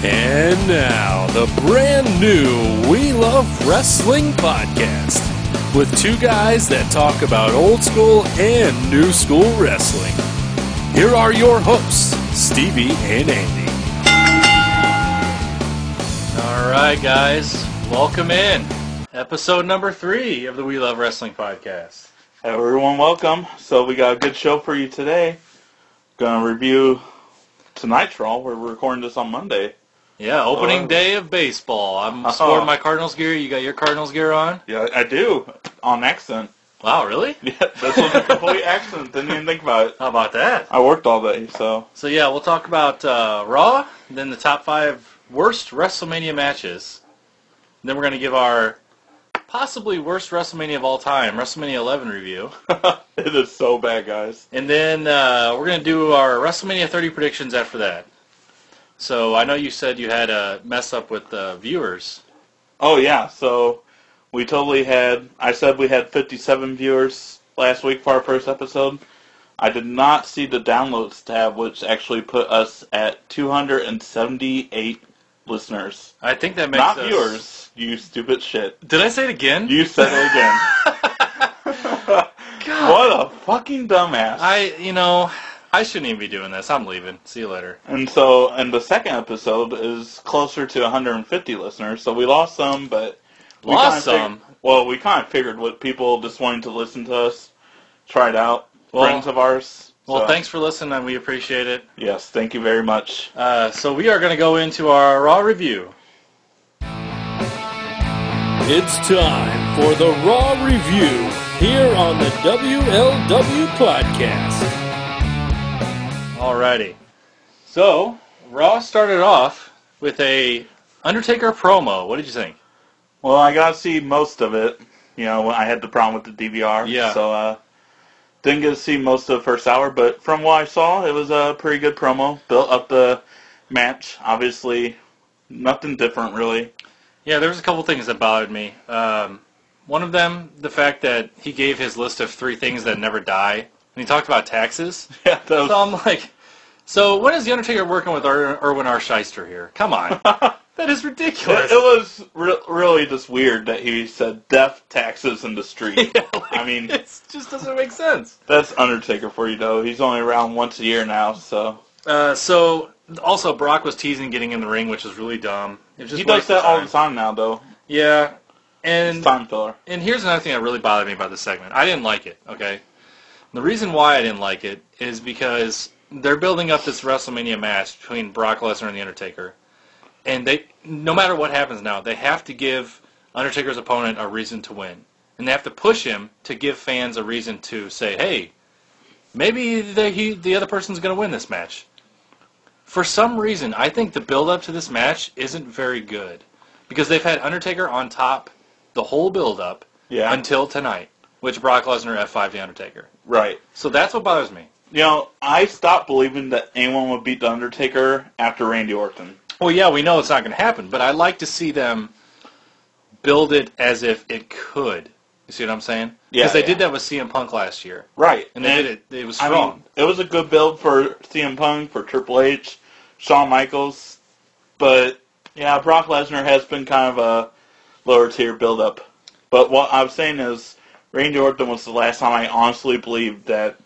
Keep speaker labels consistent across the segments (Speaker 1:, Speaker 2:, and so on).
Speaker 1: And now, the brand new We Love Wrestling podcast with two guys that talk about old school and new school wrestling. Here are your hosts, Stevie and Andy.
Speaker 2: All right, guys, welcome in. Episode number three of the We Love Wrestling podcast.
Speaker 3: Everyone, welcome. So we got a good show for you today. Gonna review tonight's Raw. We're recording this on Monday.
Speaker 2: Yeah, opening
Speaker 3: Oh.
Speaker 2: day of baseball. I'm
Speaker 3: Uh-huh.
Speaker 2: sporting my Cardinals gear. You got your Cardinals gear on?
Speaker 3: Yeah, I do on accent.
Speaker 2: Wow, really?
Speaker 3: Yeah, this was a complete accent. Didn't even think about it.
Speaker 2: How about that?
Speaker 3: I worked all day, so
Speaker 2: So yeah, we'll talk about uh, Raw, then the top five worst WrestleMania matches. Then we're gonna give our possibly worst WrestleMania of all time, WrestleMania 11 review.
Speaker 3: it is so bad, guys.
Speaker 2: And then uh, we're going to do our WrestleMania 30 predictions after that. So I know you said you had a mess up with the viewers.
Speaker 3: Oh yeah, so we totally had. I said we had 57 viewers last week for our first episode. I did not see the downloads tab, which actually put us at 278 listeners.
Speaker 2: I think that makes
Speaker 3: Not
Speaker 2: us-
Speaker 3: viewers, you stupid shit.
Speaker 2: Did I say it again?
Speaker 3: You said it again.
Speaker 2: God,
Speaker 3: what a fucking dumbass.
Speaker 2: I you know I shouldn't even be doing this. I'm leaving. See you later.
Speaker 3: and so, and the second episode is closer to 150 listeners, so we lost some, but we
Speaker 2: Lost
Speaker 3: kinda
Speaker 2: some?
Speaker 3: fig- well, we kind of figured what people just wanting to listen to us, try it out,
Speaker 2: Well-
Speaker 3: friends of ours.
Speaker 2: Well,
Speaker 3: so-
Speaker 2: thanks for listening. and We appreciate it.
Speaker 3: Yes, thank you very much.
Speaker 2: Uh, so we are going to go into our raw review.
Speaker 1: It's time for the Raw Review here on the WLW podcast.
Speaker 2: Alrighty. So Raw started off with a Undertaker promo. What did you think?
Speaker 3: Well, I got to see most of it. You know, when I had the problem with the DVR.
Speaker 2: Yeah.
Speaker 3: So, uh, didn't get to see most of the first hour, but from what I saw, it was a pretty good promo. Built up the match, obviously. Nothing different, really.
Speaker 2: Yeah, there was a couple things that bothered me. Um, one of them, the fact that he gave his list of three things that never die, and he talked about taxes.
Speaker 3: Yeah, that
Speaker 2: So
Speaker 3: was,
Speaker 2: I'm like, so when is the Undertaker working with Ir- Irwin R. Shyster here? Come on, that is ridiculous.
Speaker 3: it, it was re- really just weird that he said death, taxes, and the street.
Speaker 2: Yeah, like,
Speaker 3: I mean,
Speaker 2: it just doesn't make sense.
Speaker 3: that's Undertaker for you, though. He's only around once a year now, so.
Speaker 2: Uh, so also Brock was teasing getting in the ring, which is really dumb. It was just
Speaker 3: He does
Speaker 2: waste of
Speaker 3: that all the time now, though.
Speaker 2: Yeah, and
Speaker 3: It's time filler.
Speaker 2: And here's another thing that really bothered me about this segment. I didn't like it, okay? The reason why I didn't like it is because they're building up this WrestleMania match between Brock Lesnar and The Undertaker. And they no matter what happens now, they have to give Undertaker's opponent a reason to win. And they have to push him to give fans a reason to say, "Hey, maybe the he, the other person's going to win this match." For some reason, I think the build up to this match isn't very good because they've had Undertaker on top the whole build up
Speaker 3: Yeah.
Speaker 2: until tonight, which Brock Lesnar F5 The Undertaker.
Speaker 3: right.
Speaker 2: So that's what bothers me.
Speaker 3: You know, I stopped believing that anyone would beat The Undertaker after Randy Orton.
Speaker 2: Well, yeah, we know it's not going to happen, but I like to see them build it as if it could. You see what I'm saying?
Speaker 3: Yeah,
Speaker 2: Because they
Speaker 3: yeah.
Speaker 2: did that with CM Punk last year,
Speaker 3: Right.
Speaker 2: and they did it. It was
Speaker 3: I
Speaker 2: strong.
Speaker 3: mean, it was a good build for CM Punk, for Triple H, Shawn Michaels, but yeah, Brock Lesnar has been kind of a lower tier build up. But what I'm saying is, Randy Orton was the last time I honestly believed that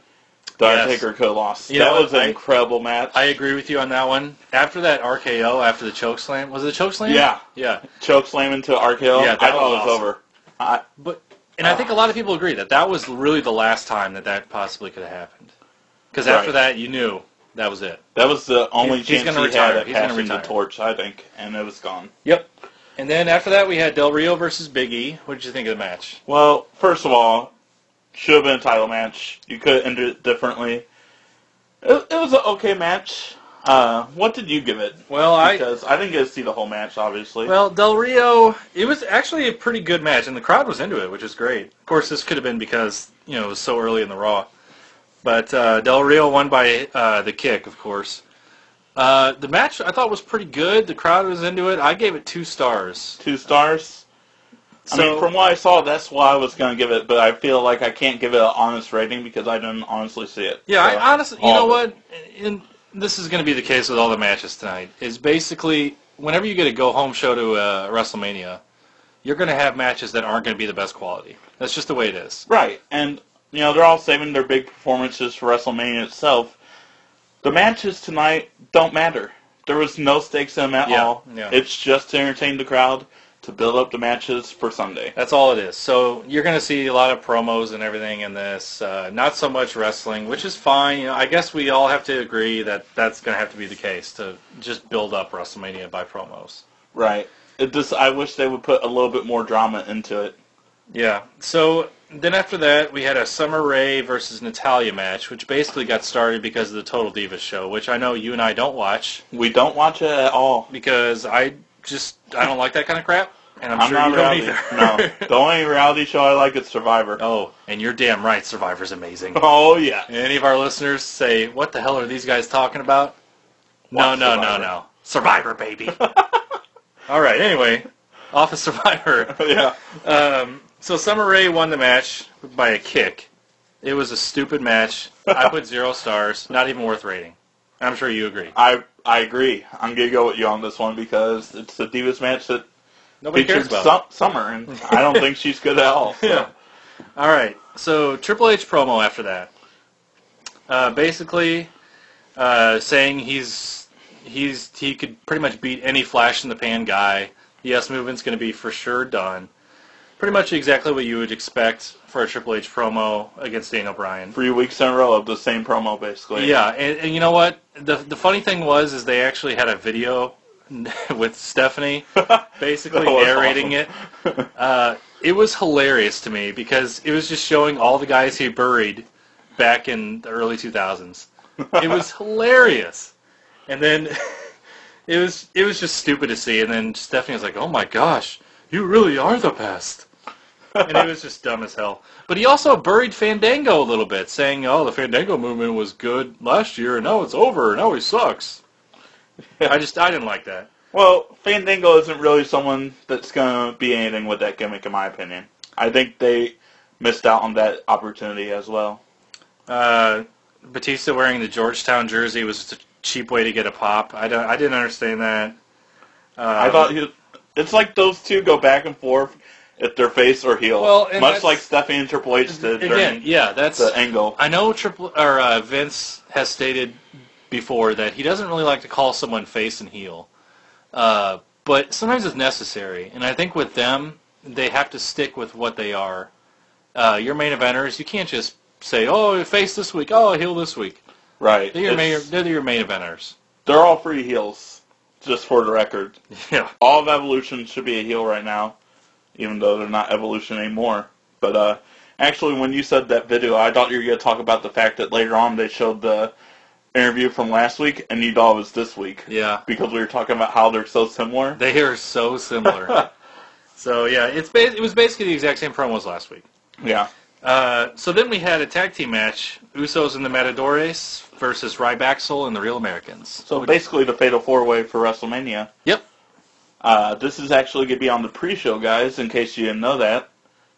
Speaker 3: The
Speaker 2: Yes.
Speaker 3: Undertaker could have lost.
Speaker 2: You know
Speaker 3: that
Speaker 2: what,
Speaker 3: was an
Speaker 2: I-
Speaker 3: incredible match.
Speaker 2: I agree with you on that one. After that RKO, after the choke slam, was it a choke slam?
Speaker 3: Yeah.
Speaker 2: yeah.
Speaker 3: Choke slam into RKO.
Speaker 2: Yeah, that
Speaker 3: I thought
Speaker 2: was
Speaker 3: it was
Speaker 2: awesome.
Speaker 3: over. I,
Speaker 2: But and I think a lot of people agree that that was really the last time that that possibly could have happened. Because after
Speaker 3: Right.
Speaker 2: that, you knew that was it.
Speaker 3: that was the only
Speaker 2: He's- he's
Speaker 3: chance
Speaker 2: gonna
Speaker 3: he
Speaker 2: retire.
Speaker 3: had at
Speaker 2: He's gonna
Speaker 3: passing the
Speaker 2: retire.
Speaker 3: torch, I think, and it was gone.
Speaker 2: Yep. And then after that, we had Del Rio versus Big E. What did you think of the match?
Speaker 3: Well, first of all, should have been a title match. You could have ended it differently. It, it was an okay match. Uh, what did you give it?
Speaker 2: Well, I
Speaker 3: Because I didn't get to see the whole match, obviously.
Speaker 2: well Del Rio. It was actually a pretty good match, and the crowd was into it, which is great. Of course, this could have been because you know it was so early in the Raw, but uh, Del Rio won by uh, the kick, of course. Uh, the match I thought was pretty good. The crowd was into it. I gave it two stars.
Speaker 3: Two stars.
Speaker 2: So-
Speaker 3: I mean, from what I saw, that's why I was going to give it, but I feel like I can't give it an honest rating because I didn't honestly see it.
Speaker 2: Yeah,
Speaker 3: So,
Speaker 2: I honestly, you
Speaker 3: all
Speaker 2: know
Speaker 3: of it.
Speaker 2: what? And this is going to be the case with all the matches tonight. Is basically whenever you get a go home show to uh, WrestleMania, you're going to have matches that aren't going to be the best quality. That's just the way it is.
Speaker 3: Right, and you know they're all saving their big performances for WrestleMania itself. The matches tonight don't matter. There was no stakes in them at
Speaker 2: Yeah,
Speaker 3: all.
Speaker 2: yeah.
Speaker 3: It's just to entertain the crowd to build up the matches for Sunday.
Speaker 2: That's all it is. So you're going to see a lot of promos and everything in this. Uh, not so much wrestling, which is fine. You know, I guess we all have to agree that that's going to have to be the case to just build up WrestleMania by promos.
Speaker 3: Right. It just I wish they would put a little bit more drama into it.
Speaker 2: Yeah. So then after that, we had a Summer Rae versus Natalia match, which basically got started because of the Total Divas show, which I know you and I don't watch
Speaker 3: We don't watch it at all.
Speaker 2: because I just I don't like that kind of crap, and I'm,
Speaker 3: I'm
Speaker 2: sure
Speaker 3: not
Speaker 2: you don't
Speaker 3: rowdy.
Speaker 2: either.
Speaker 3: no. The only reality show I like is Survivor.
Speaker 2: oh, and you're damn right, Survivor's amazing.
Speaker 3: Oh yeah.
Speaker 2: Any of our listeners say, "What the hell are these guys talking about?" No,
Speaker 3: Watch
Speaker 2: no, no,
Speaker 3: Survivor.
Speaker 2: no. Survivor, baby. All right. Anyway, off of Survivor.
Speaker 3: yeah.
Speaker 2: Um, so Summer Rae won the match by a kick. It was a stupid match. I put zero stars. Not even worth rating. I'm sure you agree.
Speaker 3: I I agree. I'm gonna go with you on this one because it's the Divas match that
Speaker 2: Nobody cares
Speaker 3: features
Speaker 2: about.
Speaker 3: Sum- Summer, and I don't think she's good at all. so.
Speaker 2: it. Yeah. All right. So Triple H promo after that. Uh, basically, uh, saying he's he's he could pretty much beat any flash in the pan guy. The S movement's going to be for sure done. Pretty much exactly what you would expect for a Triple H promo against Daniel Bryan.
Speaker 3: Three weeks in a row of the same promo, basically.
Speaker 2: Yeah, and, and you know what? The the funny thing was is they actually had a video with Stephanie basically
Speaker 3: That was
Speaker 2: narrating it. Uh, it was hilarious to me because it was just showing all the guys he buried back in the early 2000s. It was hilarious. And then it was it was just stupid to see and then Stephanie was like, "Oh my gosh, you really are the best." and it was just dumb as hell. But he also buried Fandango a little bit, saying, "Oh, the Fandango movement was good last year, and now it's over, and now he sucks." I just I didn't like that.
Speaker 3: Well, Fandango isn't really someone that's gonna be anything with that gimmick, in my opinion. I think they missed out on that opportunity as well.
Speaker 2: Uh, Batista wearing the Georgetown jersey was just a cheap way to get a pop. I don't I didn't understand that. Um,
Speaker 3: I thought he, it's like those two go back and forth if they're face or heel,
Speaker 2: Well, and
Speaker 3: much
Speaker 2: that's-
Speaker 3: like Stephanie and Triple H did
Speaker 2: again,
Speaker 3: during
Speaker 2: yeah, that's
Speaker 3: the angle.
Speaker 2: I know Triple or uh, Vince has stated before that he doesn't really like to call someone face and heel, uh, but sometimes it's necessary. And I think with them, they have to stick with what they are. Uh, your main eventers, you can't just say, "Oh, face this week," "Oh, heel this week."
Speaker 3: Right.
Speaker 2: They're your main,
Speaker 3: It's-
Speaker 2: they're your main eventers.
Speaker 3: They're all free heels, just for the record.
Speaker 2: Yeah.
Speaker 3: All of Evolution should be a heel right now, even though they're not Evolution anymore. But uh, actually, when you said that video, I thought you were going to talk about the fact that later on they showed the interview from last week, and you thought it was this week.
Speaker 2: Yeah.
Speaker 3: Because we were talking about how they're so similar.
Speaker 2: They are so similar. so yeah, it's ba- it was basically the exact same promos last week.
Speaker 3: Yeah.
Speaker 2: Uh, so then we had a tag team match: Usos and the Matadores versus Rybacksel and the Real Americans.
Speaker 3: So basically, the Fatal Four Way for WrestleMania.
Speaker 2: Yep.
Speaker 3: Uh, this is actually going to be on the pre-show, guys. In case you didn't know that,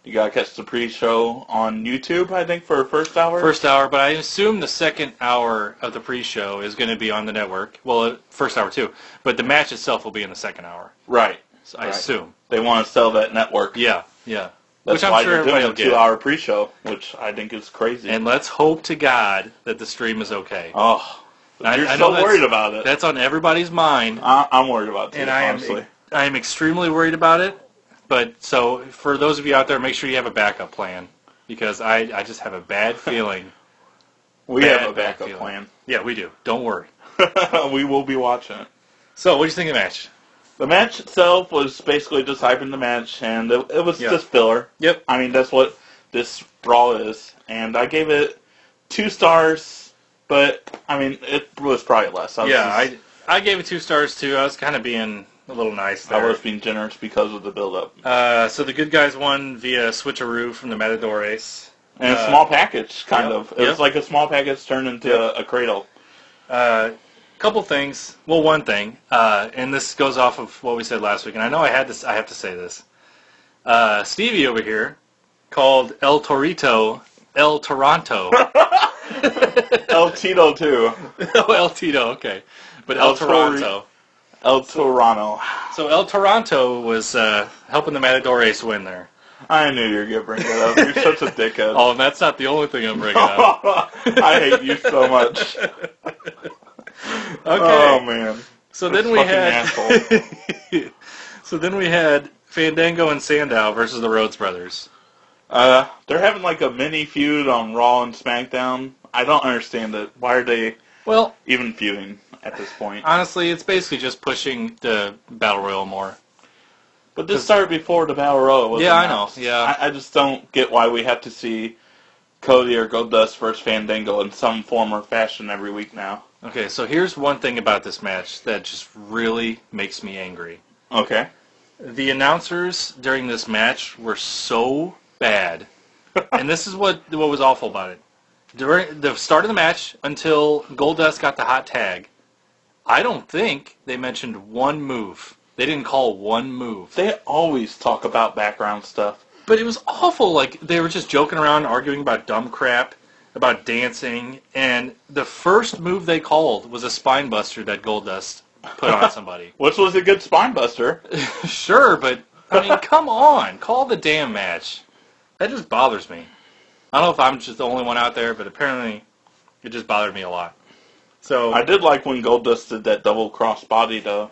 Speaker 3: you got to catch the pre-show on YouTube. I think for the first hour.
Speaker 2: First hour, but I assume the second hour of the pre-show is going to be on the network. Well, uh, first hour too, but the match itself will be in the second hour.
Speaker 3: right.
Speaker 2: So I
Speaker 3: Right.
Speaker 2: assume.
Speaker 3: They want to sell that network.
Speaker 2: Yeah, yeah.
Speaker 3: That's
Speaker 2: which
Speaker 3: why
Speaker 2: I'm sure
Speaker 3: they're
Speaker 2: everybody
Speaker 3: doing
Speaker 2: will
Speaker 3: a two
Speaker 2: get.
Speaker 3: hour pre show, which I think is crazy.
Speaker 2: And let's hope to God that the stream is okay.
Speaker 3: oh,
Speaker 2: I-
Speaker 3: you're
Speaker 2: I know
Speaker 3: so
Speaker 2: that's-
Speaker 3: worried about it.
Speaker 2: That's on everybody's mind.
Speaker 3: I, I'm worried about this,
Speaker 2: and I am
Speaker 3: honestly.
Speaker 2: I am extremely worried about it. But so for those of you out there, make sure you have a backup plan because I I just have a bad feeling.
Speaker 3: We
Speaker 2: bad,
Speaker 3: have a
Speaker 2: bad
Speaker 3: backup
Speaker 2: feeling.
Speaker 3: plan.
Speaker 2: yeah, we do. Don't worry.
Speaker 3: we will be watching it.
Speaker 2: So what do you think of the match?
Speaker 3: The match itself was basically just hyping the match, and it, it was
Speaker 2: Yeah.
Speaker 3: just filler.
Speaker 2: Yep.
Speaker 3: I mean, that's what this Raw is. And I gave it two stars, but, I mean, it was probably less. I was
Speaker 2: Yeah,
Speaker 3: just-
Speaker 2: I I gave it two stars too. I was kind of being a little nice
Speaker 3: I
Speaker 2: there.
Speaker 3: was being generous because of the build up.
Speaker 2: Uh, so the good guys won via switcheroo from the Matadores.
Speaker 3: And
Speaker 2: Uh,
Speaker 3: a small package, kind
Speaker 2: yep,
Speaker 3: of. It
Speaker 2: yep.
Speaker 3: was like a small package turned into
Speaker 2: Yep.
Speaker 3: a, a cradle.
Speaker 2: Uh, couple things. Well, one thing, uh, and this goes off of what we said last week, and I know I had this. I have to say this. Uh, Stevie over here called El Torito El Toronto.
Speaker 3: El Tito too.
Speaker 2: oh, El Tito. Okay, but El,
Speaker 3: El Tori-
Speaker 2: Toronto.
Speaker 3: El Torano.
Speaker 2: So El Toronto was uh, helping the Matador Ace win there.
Speaker 3: I knew you were gonna bring that up. You're such a dickhead.
Speaker 2: Oh, and that's not the only thing I'm bringing up.
Speaker 3: I hate you so much.
Speaker 2: Okay.
Speaker 3: Oh man.
Speaker 2: so then we
Speaker 3: fucking
Speaker 2: had. so then we had Fandango and Sandow versus the Rhodes Brothers.
Speaker 3: Uh, they're having like a mini feud on Raw and SmackDown. I don't understand it. Why are they
Speaker 2: Well,
Speaker 3: even feuding at this point?
Speaker 2: honestly, it's basically just pushing the battle royal more.
Speaker 3: But this started before the Battle Royal. Was
Speaker 2: Yeah, I
Speaker 3: announced.
Speaker 2: know, yeah.
Speaker 3: I, I just don't get why we have to see Cody or Goldust versus Fandango in some form or fashion every week now.
Speaker 2: Okay, so here's one thing about this match that just really makes me angry.
Speaker 3: Okay.
Speaker 2: The announcers during this match were so bad, and this is what what was awful about it. During the start of the match until Goldust got the hot tag, I don't think they mentioned one move. They didn't call one move.
Speaker 3: They always talk about background stuff.
Speaker 2: But it was awful. Like they were just joking around, arguing about dumb crap, about dancing, and the first move they called was a spine buster that Goldust put on somebody.
Speaker 3: Which was a good spine buster.
Speaker 2: Sure, but I mean, come on, call the damn match. That just bothers me. I don't know if I'm just the only one out there, but apparently, it just bothered me a lot. So
Speaker 3: I did like when Goldust did that double cross body though.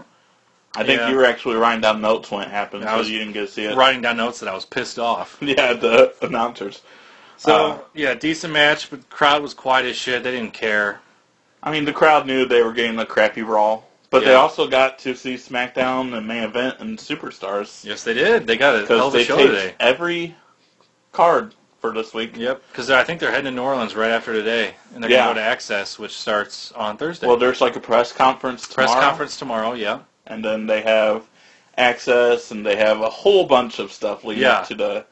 Speaker 3: I think
Speaker 2: Yeah.
Speaker 3: you were actually writing down notes when it happened,
Speaker 2: I
Speaker 3: so
Speaker 2: was
Speaker 3: you didn't get to see it.
Speaker 2: writing down notes that I was pissed off.
Speaker 3: Yeah, the announcers.
Speaker 2: So
Speaker 3: Uh,
Speaker 2: yeah, decent match, but the crowd was quiet as shit. They didn't care.
Speaker 3: I mean, the crowd knew they were getting a crappy Raw, but they
Speaker 2: Yeah.
Speaker 3: also got to see SmackDown and main event and Superstars
Speaker 2: Yes, they did. They got a hell
Speaker 3: because
Speaker 2: of a
Speaker 3: they
Speaker 2: show
Speaker 3: taped
Speaker 2: today.
Speaker 3: every card for this week.
Speaker 2: Yep, because I think they're heading to New Orleans right after today, and they're
Speaker 3: Yeah.
Speaker 2: gonna go to Access, which starts on Thursday.
Speaker 3: Well, there's like a press conference
Speaker 2: press
Speaker 3: tomorrow,
Speaker 2: conference tomorrow. Yeah,
Speaker 3: and then they have access, and they have a whole bunch of stuff leading
Speaker 2: Yeah.
Speaker 3: up to the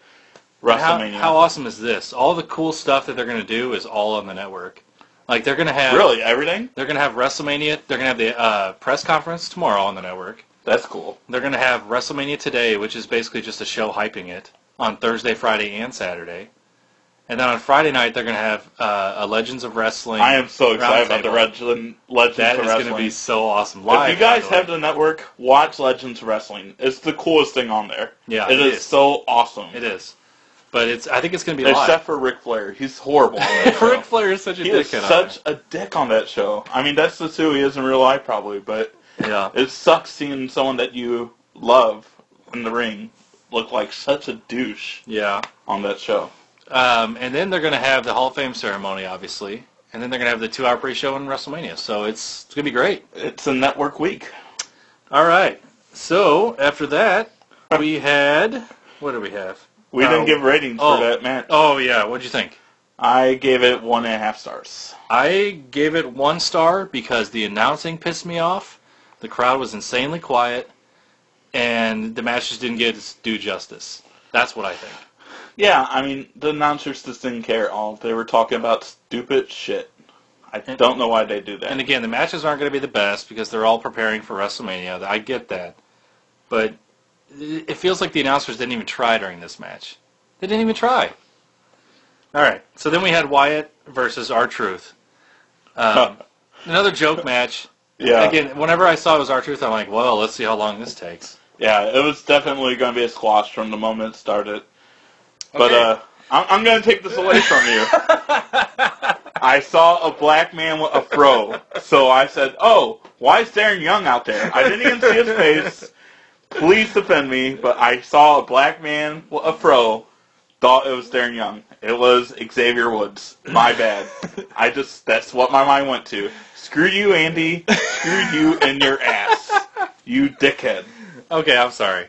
Speaker 2: And how-
Speaker 3: WrestleMania.
Speaker 2: How, awesome is this? All the cool stuff that they're going to do is all on the network. Like they're going to have
Speaker 3: really, everything?
Speaker 2: they're going to have WrestleMania. They're going to have the uh, press conference tomorrow on the network.
Speaker 3: That's cool.
Speaker 2: They're going to have WrestleMania today, which is basically just a show hyping it on Thursday, Friday, and Saturday. And then on Friday night, they're going to have uh, a Legends of Wrestling.
Speaker 3: I am so excited about the
Speaker 2: Roundtable.
Speaker 3: Legend, Legends
Speaker 2: That
Speaker 3: of
Speaker 2: is going to
Speaker 3: Wrestling.
Speaker 2: be so awesome. Live,
Speaker 3: If you guys
Speaker 2: by the way.
Speaker 3: have the network, watch Legends of Wrestling. It's the coolest thing on there.
Speaker 2: Yeah,
Speaker 3: it
Speaker 2: it
Speaker 3: is,
Speaker 2: is.
Speaker 3: so awesome.
Speaker 2: it is, but it's I think it's going to be
Speaker 3: Except
Speaker 2: live.
Speaker 3: for Ric Flair, he's horrible. On that show.
Speaker 2: Ric Flair is such a
Speaker 3: he is
Speaker 2: dickhead. on
Speaker 3: such a dick on that show. I mean, that's just who he is in real life, probably. But
Speaker 2: it. yeah.
Speaker 3: it sucks seeing someone that you love in the ring look like such a douche
Speaker 2: Yeah.
Speaker 3: on that show.
Speaker 2: Um, and then they're going to have the Hall of Fame ceremony, obviously. And then they're going to have the two-hour pre-show in WrestleMania. So it's, it's going to be great.
Speaker 3: It's a network week.
Speaker 2: All right. So after that, we had... What did we have?
Speaker 3: We
Speaker 2: Oh.
Speaker 3: didn't give ratings
Speaker 2: Oh.
Speaker 3: for that match.
Speaker 2: Oh, yeah. What'd you think?
Speaker 3: I gave it one and a half stars.
Speaker 2: I gave it one star because the announcing pissed me off. The crowd was insanely quiet. And the match just didn't get its due justice. That's what I think.
Speaker 3: Yeah, I mean, the announcers just didn't care at all. They were talking about stupid shit. I
Speaker 2: And-
Speaker 3: don't know why they do that.
Speaker 2: And again, the matches aren't going to be the best because they're all preparing for WrestleMania. I get that. But it feels like the announcers didn't even try during this match. They didn't even try. All right. So then we had Wyatt versus R-Truth. Um, another joke match.
Speaker 3: Uh, yeah,
Speaker 2: Again, whenever I saw it was R-Truth, I'm like, well, let's see how long this takes.
Speaker 3: yeah, it was definitely going to be a squash from the moment it started. But
Speaker 2: Okay.
Speaker 3: uh, I'm, I'm going to take this away from you. I saw a black man with a fro, so I said, "Oh, why is Darren Young out there?" I didn't even see his face. Please defend me, but I saw a black man with a fro. Thought it was Darren Young. It was Xavier Woods. My bad. I just that's what my mind went to. Screw you, Andy. Screw you and your ass. You dickhead.
Speaker 2: Okay, I'm sorry.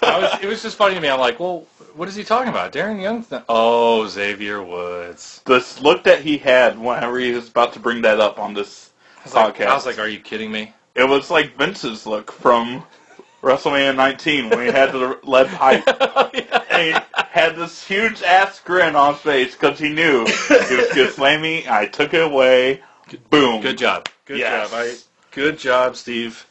Speaker 2: I was, it was just funny to me. I'm like, well, what is he talking about? Darren Young? Oh, Xavier Woods.
Speaker 3: This look that he had whenever he was about to bring that up on this
Speaker 2: I was like,
Speaker 3: podcast.
Speaker 2: I was like are you kidding me?
Speaker 3: It was like Vince's look from WrestleMania 19 when he had the lead pipe. And he had this huge ass grin on his face because he knew he was going to slay me. I took it away. Boom.
Speaker 2: Good job. Good
Speaker 3: Yes.
Speaker 2: job. I, good job, Steve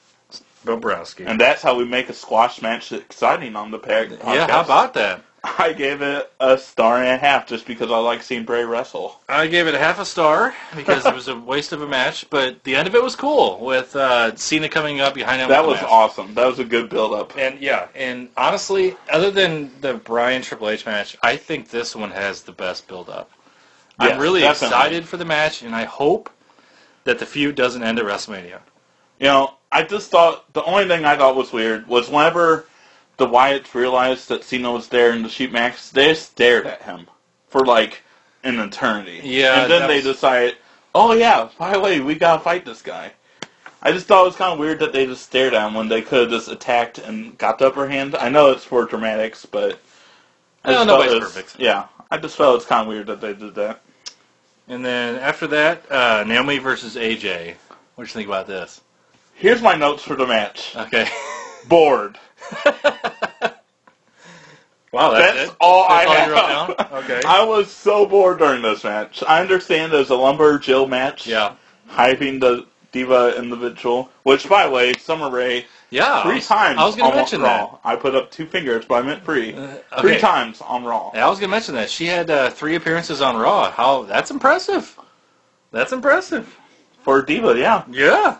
Speaker 2: Bobrowski.
Speaker 3: And that's how we make a squash match exciting on the pack.
Speaker 2: yeah, how about that?
Speaker 3: I gave it a star and a half just because I like seeing Bray wrestle.
Speaker 2: I gave it a half a star because it was a waste of a match, but the end of it was cool with uh, Cena coming up behind him.
Speaker 3: That
Speaker 2: with
Speaker 3: was
Speaker 2: the mask.
Speaker 3: awesome. That was a good build up.
Speaker 2: And yeah, and honestly, other than the Brian Triple H match, I think this one has the best build up. I'm
Speaker 3: Yeah,
Speaker 2: really
Speaker 3: definitely.
Speaker 2: excited for the match, and I hope that the feud doesn't end at WrestleMania.
Speaker 3: You know, I just thought the only thing I thought was weird was whenever the Wyatts realized that Cena was there in the sheet max, they stared at him for like an eternity.
Speaker 2: Yeah,
Speaker 3: and then
Speaker 2: that
Speaker 3: they
Speaker 2: was-
Speaker 3: decided, oh yeah, by the way, we gotta fight this guy. I just thought it was kind of weird that they just stared at him when they could have just attacked and got the upper hand. I know it's for dramatics, but I
Speaker 2: No,
Speaker 3: just
Speaker 2: nobody's
Speaker 3: felt it was-
Speaker 2: perfect.
Speaker 3: Yeah, I just felt it's kind of weird that they did that.
Speaker 2: And then after that, uh, Naomi versus AJ. What you think about this?
Speaker 3: Here's my notes for the match.
Speaker 2: Okay.
Speaker 3: Bored.
Speaker 2: wow, that's,
Speaker 3: That's
Speaker 2: it.
Speaker 3: all
Speaker 2: That's
Speaker 3: I
Speaker 2: all you wrote
Speaker 3: have.
Speaker 2: down? Okay.
Speaker 3: I was so bored during this match. I understand it was a lumber Jill match,
Speaker 2: yeah.
Speaker 3: hyping the diva individual. Which, by the way, Summer Rae
Speaker 2: Yeah.
Speaker 3: three times.
Speaker 2: Uh, I was going
Speaker 3: on
Speaker 2: to mention that. Uh,
Speaker 3: Raw. I put up two fingers, but I meant three.
Speaker 2: okay.
Speaker 3: Three times on Raw.
Speaker 2: Yeah, I was gonna mention that she had uh, three appearances on Raw. How that's impressive. That's impressive.
Speaker 3: For a diva, yeah,
Speaker 2: Yeah.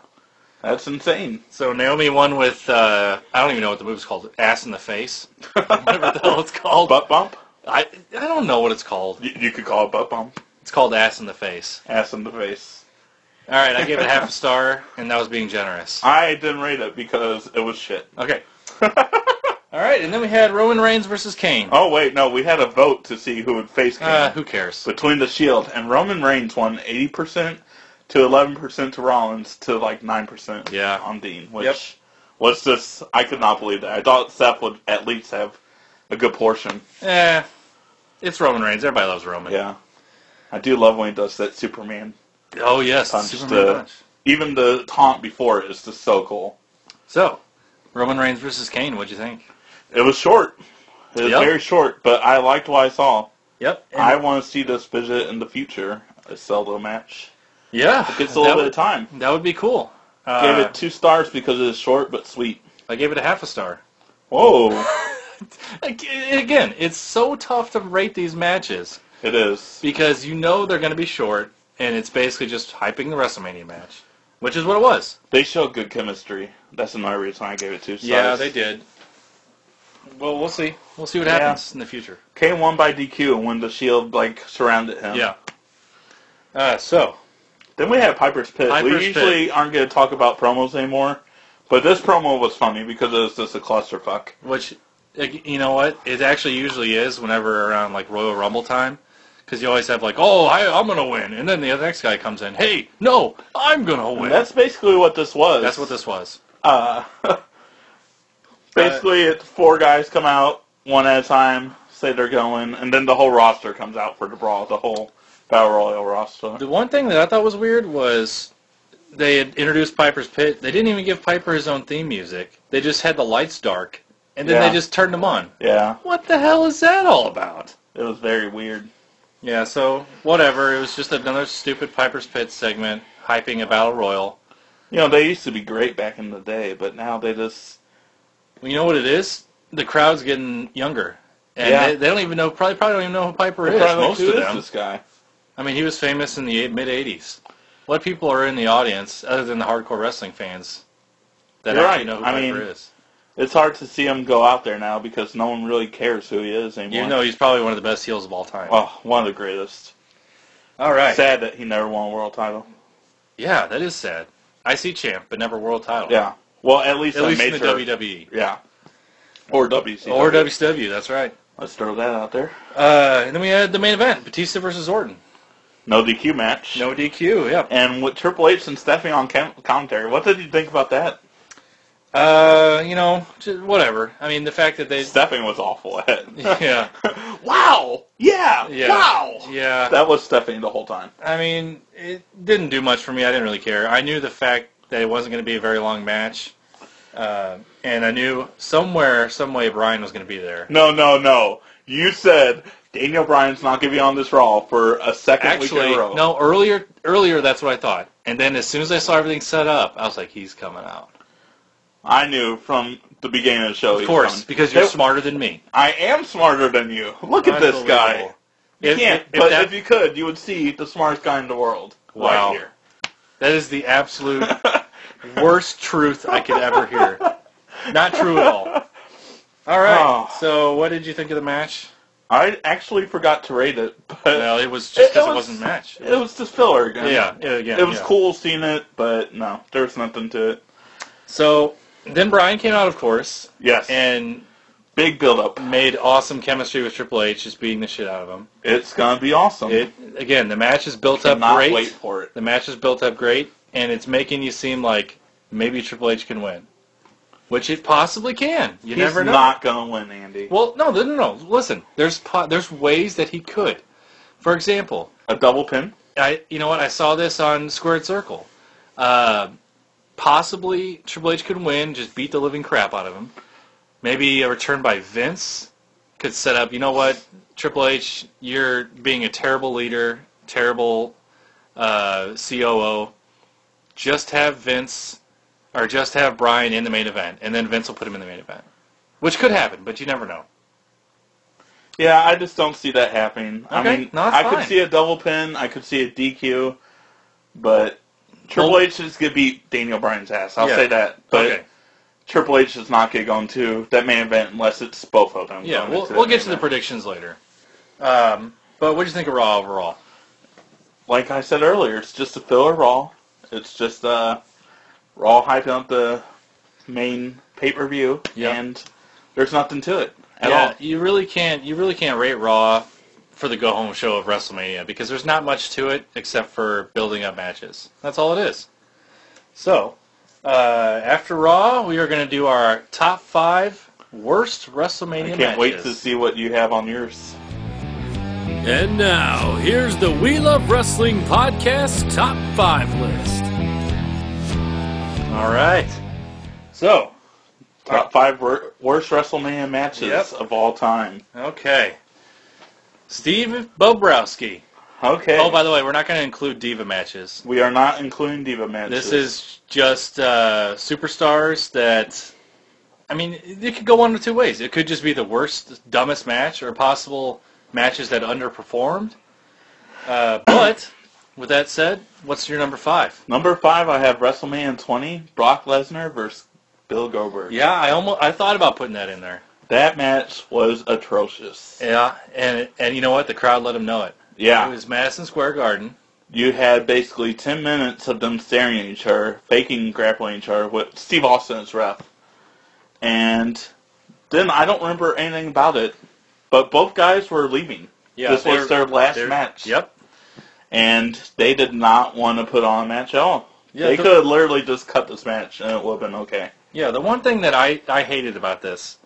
Speaker 3: that's insane.
Speaker 2: So Naomi won with uh, I don't even know what the move's called. Ass in the face. Whatever the hell it's called.
Speaker 3: Butt bump.
Speaker 2: I I don't know what it's called.
Speaker 3: You, you could call it butt bump.
Speaker 2: It's called ass in the face.
Speaker 3: Ass in the face.
Speaker 2: All right, I gave it half a star, and that was being generous.
Speaker 3: I didn't rate it because it was shit.
Speaker 2: Okay. All right, and then we had Roman Reigns versus Kane.
Speaker 3: Oh wait, no, we had a vote to see who would face. Kane.
Speaker 2: Uh, who cares?
Speaker 3: between the Shield and Roman Reigns won eighty percent to eleven percent to Rollins to like nine percent
Speaker 2: Yeah.
Speaker 3: on Dean, which
Speaker 2: Yep.
Speaker 3: was just I could not believe that. I thought Seth would at least have a good portion.
Speaker 2: Eh, it's Roman Reigns. Everybody loves Roman.
Speaker 3: Yeah. I do love when he does that Superman.
Speaker 2: Oh yes,
Speaker 3: Punch
Speaker 2: Superman
Speaker 3: the-
Speaker 2: punch.
Speaker 3: Even the taunt before it is just so cool.
Speaker 2: So, Roman Reigns versus Kane. What'd you think?
Speaker 3: It was short. It was
Speaker 2: Yep.
Speaker 3: very short, but I liked what I saw.
Speaker 2: Yep.
Speaker 3: I want to see this visit in the future. A solo match.
Speaker 2: yeah,
Speaker 3: Gets a
Speaker 2: that
Speaker 3: little bit
Speaker 2: would-
Speaker 3: of time.
Speaker 2: That would be cool. Uh,
Speaker 3: Gave it two stars because it is short but sweet.
Speaker 2: I gave it a half a star.
Speaker 3: Whoa.
Speaker 2: Ag- Again, it's so tough to rate these matches
Speaker 3: It is.
Speaker 2: because you know they're going to be short, and it's basically just hyping the WrestleMania match, which is what it was.
Speaker 3: They show good chemistry. That's another reason I gave it two stars.
Speaker 2: did. Well, we'll see. We'll see what
Speaker 3: Yeah.
Speaker 2: happens in the future.
Speaker 3: Kane won by DQ when the Shield like surrounded him.
Speaker 2: Yeah. Uh, so
Speaker 3: Then we had Piper's Pit.
Speaker 2: Piper's
Speaker 3: we usually aren't going to talk about promos anymore, but this promo was funny because it was just a clusterfuck.
Speaker 2: Which, like, you know what? It actually usually is whenever around like Royal Rumble time, because you always have like, oh, I, I'm gonna win, and then the next guy comes in, hey, no, I'm gonna win.
Speaker 3: And that's basically what this was.
Speaker 2: That's what this was.
Speaker 3: Uh,
Speaker 2: Uh,
Speaker 3: basically, it's four guys come out one at a time, say they're going, and then the whole roster comes out for the brawl. The whole battle royal roster.
Speaker 2: The one thing that I thought was weird was they had introduced Piper's Pit. They didn't even give Piper his own theme music. They just had the lights dark, and then
Speaker 3: Yeah.
Speaker 2: they just turned them on.
Speaker 3: Yeah,
Speaker 2: What the hell is that all about?
Speaker 3: it was very weird.
Speaker 2: Yeah, so whatever. It was just another stupid Piper's Pit segment hyping a battle royal.
Speaker 3: You know, they used to be great back in the day, but now they just
Speaker 2: Well, you know what it is? The crowd's getting younger, and
Speaker 3: Yeah.
Speaker 2: they, they don't even know. Probably, probably don't even know who Piper is.
Speaker 3: Probably,
Speaker 2: Most
Speaker 3: who
Speaker 2: of
Speaker 3: is
Speaker 2: them.
Speaker 3: this guy?
Speaker 2: I mean, he was famous in the mid '80s. What people are in the audience, other than the hardcore wrestling fans, that
Speaker 3: You're
Speaker 2: actually
Speaker 3: right.
Speaker 2: know who
Speaker 3: I
Speaker 2: Piper
Speaker 3: mean,
Speaker 2: is?
Speaker 3: It's hard to see him go out there now because no one really cares who he is anymore.
Speaker 2: You know, he's probably one of the best heels of all time.
Speaker 3: oh, one of the greatest.
Speaker 2: all right.
Speaker 3: Sad that he never won a world title.
Speaker 2: Yeah, that is sad. IC champ, but never world title.
Speaker 3: Yeah. Well, at least
Speaker 2: At
Speaker 3: a
Speaker 2: least in
Speaker 3: major. E.
Speaker 2: the WWE
Speaker 3: Yeah. Or WCW.
Speaker 2: or WCW. That's right.
Speaker 3: Let's throw that out there.
Speaker 2: Uh, and then we had the main event: Batista versus Orton.
Speaker 3: No DQ match.
Speaker 2: No DQ. Yeah.
Speaker 3: And with Triple H and Stephanie on cam- commentary, what did you think about that?
Speaker 2: Uh, you know, just whatever. I mean, the fact that they.
Speaker 3: Stephanie was awful at it.
Speaker 2: Yeah.
Speaker 3: wow! Yeah!
Speaker 2: Yeah.
Speaker 3: Wow!
Speaker 2: Yeah.
Speaker 3: That was Stephanie the whole time.
Speaker 2: I mean, it didn't do much for me. I didn't really care. I knew the fact that it wasn't going to be a very long match, uh, and I knew somewhere, some way, Brian was going to be there.
Speaker 3: No, no, no. You said Daniel Bryan's not going to be on this Raw for a second week
Speaker 2: Actually,
Speaker 3: in a row.
Speaker 2: no. Earlier, earlier, that's what I thought. And then as soon as I saw everything set up, I was like, he's coming out.
Speaker 3: I knew from the beginning of the show. he
Speaker 2: Of
Speaker 3: was
Speaker 2: course,
Speaker 3: Oh, coming.
Speaker 2: because you're
Speaker 3: They-
Speaker 2: smarter than me.
Speaker 3: I am smarter than you. Look at this guy.
Speaker 2: Unbelievable.
Speaker 3: You
Speaker 2: If-
Speaker 3: can't,
Speaker 2: if- if
Speaker 3: but
Speaker 2: that-
Speaker 3: if you could, you would see the smartest guy in the world
Speaker 2: Wow.
Speaker 3: right here.
Speaker 2: That is the absolute worst truth I could ever hear. Not true at all. All right.
Speaker 3: Oh.
Speaker 2: So, what did you think of the match?
Speaker 3: I actually forgot to rate it, but
Speaker 2: Well, it was just
Speaker 3: It- it
Speaker 2: because it,
Speaker 3: was-
Speaker 2: was, not match.
Speaker 3: it was just filler again.
Speaker 2: yeah, yeah, again,
Speaker 3: It was
Speaker 2: yeah.
Speaker 3: cool seeing it, but no, there was nothing to it.
Speaker 2: So then Brian came out, of course,
Speaker 3: Yes.
Speaker 2: and
Speaker 3: Big build up.
Speaker 2: made awesome chemistry with Triple H, just beating the shit out of him.
Speaker 3: It's gonna be awesome.
Speaker 2: It again, the match is built up
Speaker 3: Cannot
Speaker 2: great.
Speaker 3: wait for it.
Speaker 2: The match is built up great, and it's making you seem like maybe Triple H can win, which it possibly can. You
Speaker 3: He's
Speaker 2: never know.
Speaker 3: not gonna win, Andy.
Speaker 2: Well, no, no, no, no. Listen, there's po- there's ways that he could. For example,
Speaker 3: A double pin.
Speaker 2: I you know what I saw this on Squared Circle. Uh, possibly Triple H could win, just beat the living crap out of him. Maybe a return by Vince could set up. You know what, Triple H, you're being a terrible leader, terrible uh, COO. Just have Vince, or just have Brian in the main event, and then Vince will put him in the main event, which could happen, but you never know.
Speaker 3: Yeah, I just don't see that happening. I
Speaker 2: Okay,
Speaker 3: mean,
Speaker 2: no, that's
Speaker 3: I
Speaker 2: fine.
Speaker 3: could see a double pin. I could see a DQ, but Triple
Speaker 2: Well-
Speaker 3: H is gonna beat Daniel Bryan's ass. I'll
Speaker 2: Yeah.
Speaker 3: say that. But
Speaker 2: okay.
Speaker 3: Triple H does not get going to that main event unless it's both of them.
Speaker 2: Yeah,
Speaker 3: going
Speaker 2: we'll,
Speaker 3: into
Speaker 2: we'll
Speaker 3: that
Speaker 2: get
Speaker 3: main
Speaker 2: to the
Speaker 3: event.
Speaker 2: predictions later. Um, but what do you think of Raw overall?
Speaker 3: like I said earlier, it's just a filler Raw. It's just uh, Raw hyping up the main pay per view,
Speaker 2: Yeah.
Speaker 3: and there's nothing to it at
Speaker 2: yeah,
Speaker 3: all.
Speaker 2: you really can't you really can't rate Raw for the go home show of WrestleMania because there's not much to it except for building up matches. That's all it is. So uh, after Raw, we are going to do our top five worst WrestleMania
Speaker 3: I can't
Speaker 2: matches.
Speaker 3: wait to see what you have on yours.
Speaker 1: And now, here's the We Love Wrestling Podcast Top 5 list.
Speaker 2: All right. So uh,
Speaker 3: Top five wor- worst WrestleMania matches
Speaker 2: Yep.
Speaker 3: of all time.
Speaker 2: okay, Steve Bobrowski.
Speaker 3: Okay.
Speaker 2: Oh, by the way, we're not going to include diva matches.
Speaker 3: we are not including diva matches.
Speaker 2: This is just uh, superstars that. I mean, it could go one of two ways. It could just be the worst, dumbest match, or possible matches that underperformed. Uh, but with that said, what's your number five?
Speaker 3: number five. I have WrestleMania 20: Brock Lesnar versus Bill Goldberg.
Speaker 2: Yeah, I almost I thought about putting that in there.
Speaker 3: That match was atrocious.
Speaker 2: Yeah, and and you know what? The crowd let him know it.
Speaker 3: Yeah.
Speaker 2: It was Madison Square Garden.
Speaker 3: you had basically 10 minutes of them staring at each other, faking grappling each other with Steve Austin as ref. And then I don't remember anything about it, but both guys were leaving.
Speaker 2: Yeah,
Speaker 3: this was
Speaker 2: they're-
Speaker 3: their last
Speaker 2: they're-
Speaker 3: match.
Speaker 2: Yep.
Speaker 3: And they did not want to put on a match at all.
Speaker 2: Yeah,
Speaker 3: they
Speaker 2: the-
Speaker 3: could have literally just cut this match and it would have been okay.
Speaker 2: Yeah, the one thing that I, I hated about this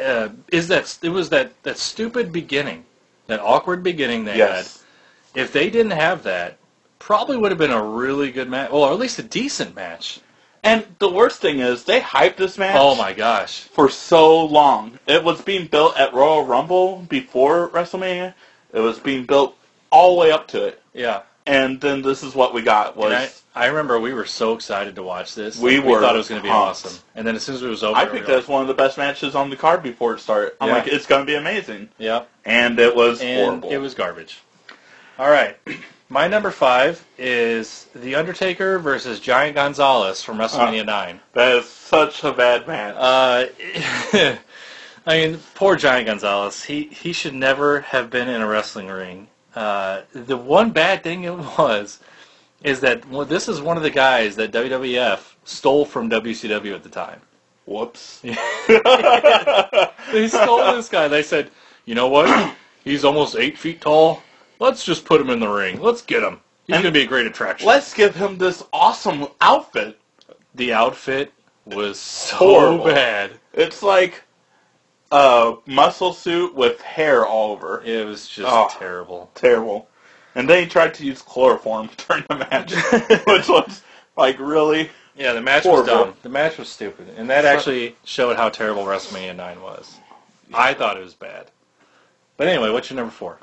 Speaker 2: uh, is that it was that, that stupid beginning, that awkward beginning they
Speaker 3: Yes.
Speaker 2: had. If they didn't have that, probably would have been a really good match, well, or at least a decent match.
Speaker 3: And the worst thing is, they hyped this match.
Speaker 2: Oh my gosh!
Speaker 3: for so long. It was being built at Royal Rumble before WrestleMania. It was being built all the way up to it.
Speaker 2: Yeah,
Speaker 3: And then this is what we got
Speaker 2: and I,
Speaker 3: was
Speaker 2: I remember we were so excited to watch this.
Speaker 3: We
Speaker 2: Like,
Speaker 3: were
Speaker 2: thought it was going to be
Speaker 3: pumped.
Speaker 2: awesome, and then as soon as it was over,
Speaker 3: I,
Speaker 2: we
Speaker 3: picked
Speaker 2: were
Speaker 3: that as one of the best matches on the card before it started. I'm
Speaker 2: Yeah.
Speaker 3: like, it's gonna be amazing.
Speaker 2: like, yeah,
Speaker 3: And it was
Speaker 2: and
Speaker 3: horrible.
Speaker 2: it was garbage. All right, my number five is the Undertaker versus Giant Gonzalez
Speaker 3: Uh,
Speaker 2: from WrestleMania Nine.
Speaker 3: that is such a bad match.
Speaker 2: Uh, I mean, poor Giant Gonzalez. He he should never have been in a wrestling ring. Uh, the one bad thing it was is that well, this is one of the guys that WWF stole from WCW at the time.
Speaker 3: Whoops.
Speaker 2: They stole this guy. They said, you know what? He's almost eight feet tall. Let's just put him in the ring. Let's get him. He's
Speaker 3: And-
Speaker 2: gonna be a great attraction.
Speaker 3: Let's give him this awesome outfit.
Speaker 2: the outfit was so
Speaker 3: Horrible.
Speaker 2: bad.
Speaker 3: It's like a muscle suit with hair all over.
Speaker 2: It was just
Speaker 3: Oh.
Speaker 2: terrible.
Speaker 3: terrible. And they tried to use chloroform during the match, which was like really.
Speaker 2: Yeah, the match was
Speaker 3: Horrible.
Speaker 2: dumb. The match was stupid, and that actually showed how terrible WrestleMania Nine was. I thought it was bad. But anyway, what's your number four?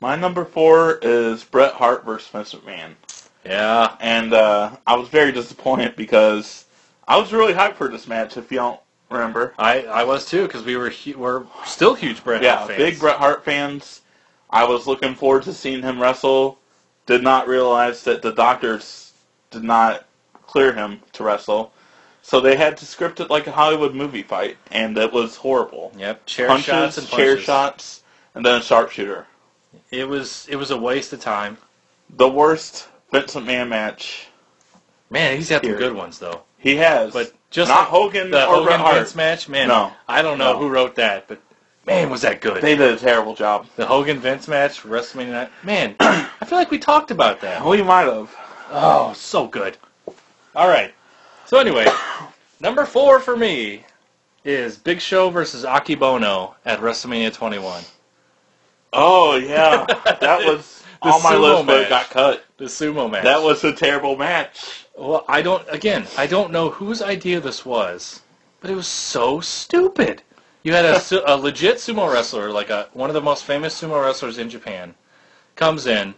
Speaker 3: My number four is Bret Hart versus Vince McMahon,
Speaker 2: Yeah,
Speaker 3: and uh, I was very disappointed because I was really hyped for this match, if you don't remember.
Speaker 2: I, I was too because we were hu- we're still huge Bret
Speaker 3: yeah,
Speaker 2: Hart fans.
Speaker 3: big Bret Hart fans. I was looking forward to seeing him wrestle. Did not realize that the doctors did not clear him to wrestle. So they had to script it like a Hollywood movie fight, and it was horrible.
Speaker 2: Yep, chair
Speaker 3: punches,
Speaker 2: shots and
Speaker 3: chair
Speaker 2: punches.
Speaker 3: shots, and then a sharpshooter.
Speaker 2: It was it was a waste of time.
Speaker 3: The worst Vincent Man match
Speaker 2: Man, he's had some
Speaker 3: Here.
Speaker 2: good ones though.
Speaker 3: he has.
Speaker 2: But just
Speaker 3: not
Speaker 2: like
Speaker 3: Hogan
Speaker 2: the
Speaker 3: or Bret
Speaker 2: Hogan
Speaker 3: Hart.
Speaker 2: Vince match, man.
Speaker 3: No.
Speaker 2: I don't know
Speaker 3: No.
Speaker 2: who wrote that, but man, was that good.
Speaker 3: They did a terrible job.
Speaker 2: the Hogan Vince match, WrestleMania night. Man, I feel like we talked about that.
Speaker 3: We might have.
Speaker 2: Oh, so good. All right. So anyway, number four for me is Big Show versus Akibono at WrestleMania 21.
Speaker 3: Oh yeah, that was
Speaker 2: The
Speaker 3: on my
Speaker 2: sumo
Speaker 3: list, but
Speaker 2: match.
Speaker 3: it got cut.
Speaker 2: The sumo match.
Speaker 3: That was a terrible match.
Speaker 2: Well, I don't. Again, I don't know whose idea this was, but it was so stupid. You had a, su- a legit sumo wrestler, like a, one of the most famous sumo wrestlers in Japan, comes in,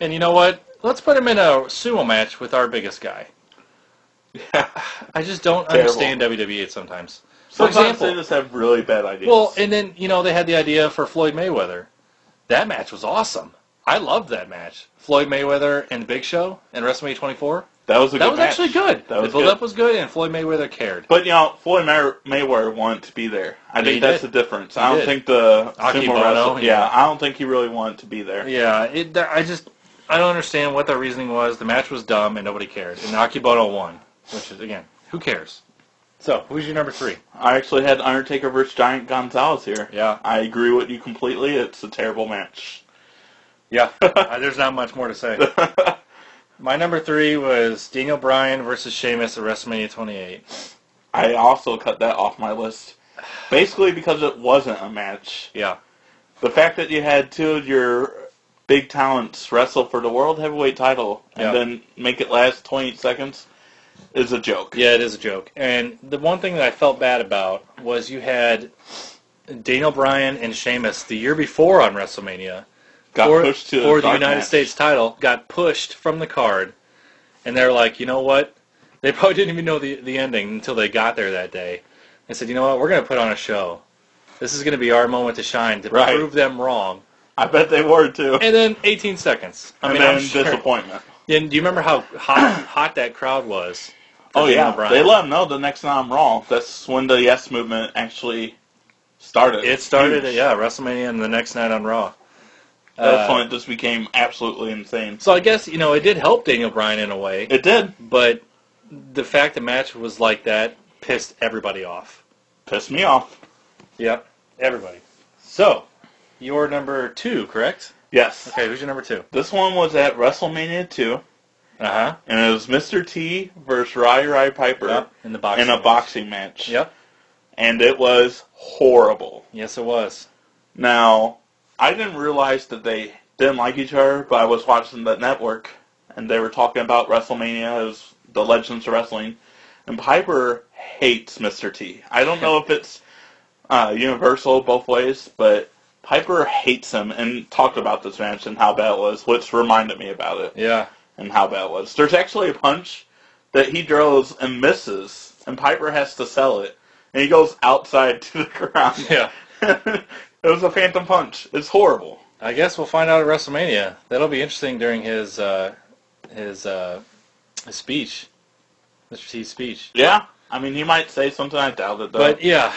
Speaker 2: and you know what? Let's put him in a sumo match with our biggest guy. I just don't
Speaker 3: Terrible.
Speaker 2: understand WWE sometimes. For
Speaker 3: Sometimes they
Speaker 2: example,
Speaker 3: just have really bad ideas.
Speaker 2: well, and then you know they had the idea for Floyd Mayweather. That match was awesome. I loved that match. Floyd Mayweather and Big Show and WrestleMania 24.
Speaker 3: that was a
Speaker 2: That
Speaker 3: good
Speaker 2: was
Speaker 3: match.
Speaker 2: actually good.
Speaker 3: That was
Speaker 2: the build
Speaker 3: good.
Speaker 2: up was good, and Floyd Mayweather cared.
Speaker 3: But you know, Floyd May- Mayweather wanted to be there. I
Speaker 2: he
Speaker 3: think that's
Speaker 2: did.
Speaker 3: the difference.
Speaker 2: He
Speaker 3: I don't
Speaker 2: did.
Speaker 3: think the
Speaker 2: Aki
Speaker 3: sumo
Speaker 2: Bono,
Speaker 3: wrestler.
Speaker 2: yeah.
Speaker 3: Yeah. I don't think he really wanted to be there.
Speaker 2: yeah, it, that- I just I don't understand what their reasoning was. The match was dumb, and nobody cared. And Akibono won, which is again, who cares? So, who's your number three?
Speaker 3: I actually had Undertaker versus Giant Gonzalez here.
Speaker 2: Yeah,
Speaker 3: I agree with you completely. It's a terrible match.
Speaker 2: yeah. Uh, there's not much more to say. My number three was Daniel Bryan versus Sheamus at WrestleMania 28.
Speaker 3: I also cut that off my list, basically because it wasn't a match.
Speaker 2: Yeah,
Speaker 3: The fact that you had two of your big talents wrestle for the world heavyweight title
Speaker 2: Yeah.
Speaker 3: and then make it last 28 seconds is a joke.
Speaker 2: yeah, it is a joke. And the one thing that I felt bad about was you had Daniel Bryan and Sheamus the year before on WrestleMania.
Speaker 3: Got
Speaker 2: or,
Speaker 3: pushed to
Speaker 2: or the
Speaker 3: dark
Speaker 2: United
Speaker 3: match.
Speaker 2: States title got pushed from the card, and they're like, you know what? They probably didn't even know the the ending until they got there that day. They said, you know what? We're going to put on a show. This is going to be our moment to shine to
Speaker 3: Right.
Speaker 2: prove them wrong.
Speaker 3: I bet they were too. And,
Speaker 2: And then 18 seconds. I mean,
Speaker 3: then
Speaker 2: I'm sure.
Speaker 3: disappointment.
Speaker 2: And do you remember how hot hot that crowd was? for
Speaker 3: Oh
Speaker 2: Daniel
Speaker 3: yeah,
Speaker 2: Bryan?
Speaker 3: they let them know the next night I'm Raw. That's when the Yes Movement actually started.
Speaker 2: It started at
Speaker 3: Huge.
Speaker 2: yeah WrestleMania and the next night on Raw.
Speaker 3: That's
Speaker 2: Uh,
Speaker 3: when it just became absolutely insane.
Speaker 2: so I guess you know it did help Daniel Bryan in a way.
Speaker 3: It did
Speaker 2: but the fact the match was like that pissed everybody off.
Speaker 3: piss me off.
Speaker 2: Yep, everybody. So, you're number two, correct?
Speaker 3: Yes,
Speaker 2: Okay, who's your number two?
Speaker 3: this one was at WrestleMania two,
Speaker 2: Uh huh.
Speaker 3: and it was Mr. T versus Rai Rai Piper
Speaker 2: Yep. In the box.
Speaker 3: in a boxing match.
Speaker 2: Yep.
Speaker 3: and it was horrible.
Speaker 2: Yes, it was.
Speaker 3: Now, I didn't realize that they didn't like each other, but I was watching the network, and they were talking about WrestleMania as the Legends of Wrestling, and Piper hates Mr. T. I don't know if it's uh, universal both ways, but Piper hates him and talked about this match and how bad it was, which reminded me about it
Speaker 2: Yeah.
Speaker 3: and how bad it was. There's actually a punch that he drills and misses, and Piper has to sell it, and he goes outside to the ground.
Speaker 2: Yeah.
Speaker 3: it was a phantom punch. It's horrible.
Speaker 2: I guess we'll find out at WrestleMania. That'll be interesting during his uh, his uh, his speech, Mr. T's speech.
Speaker 3: Yeah, I mean, he might say something. I doubt it, though.
Speaker 2: But yeah,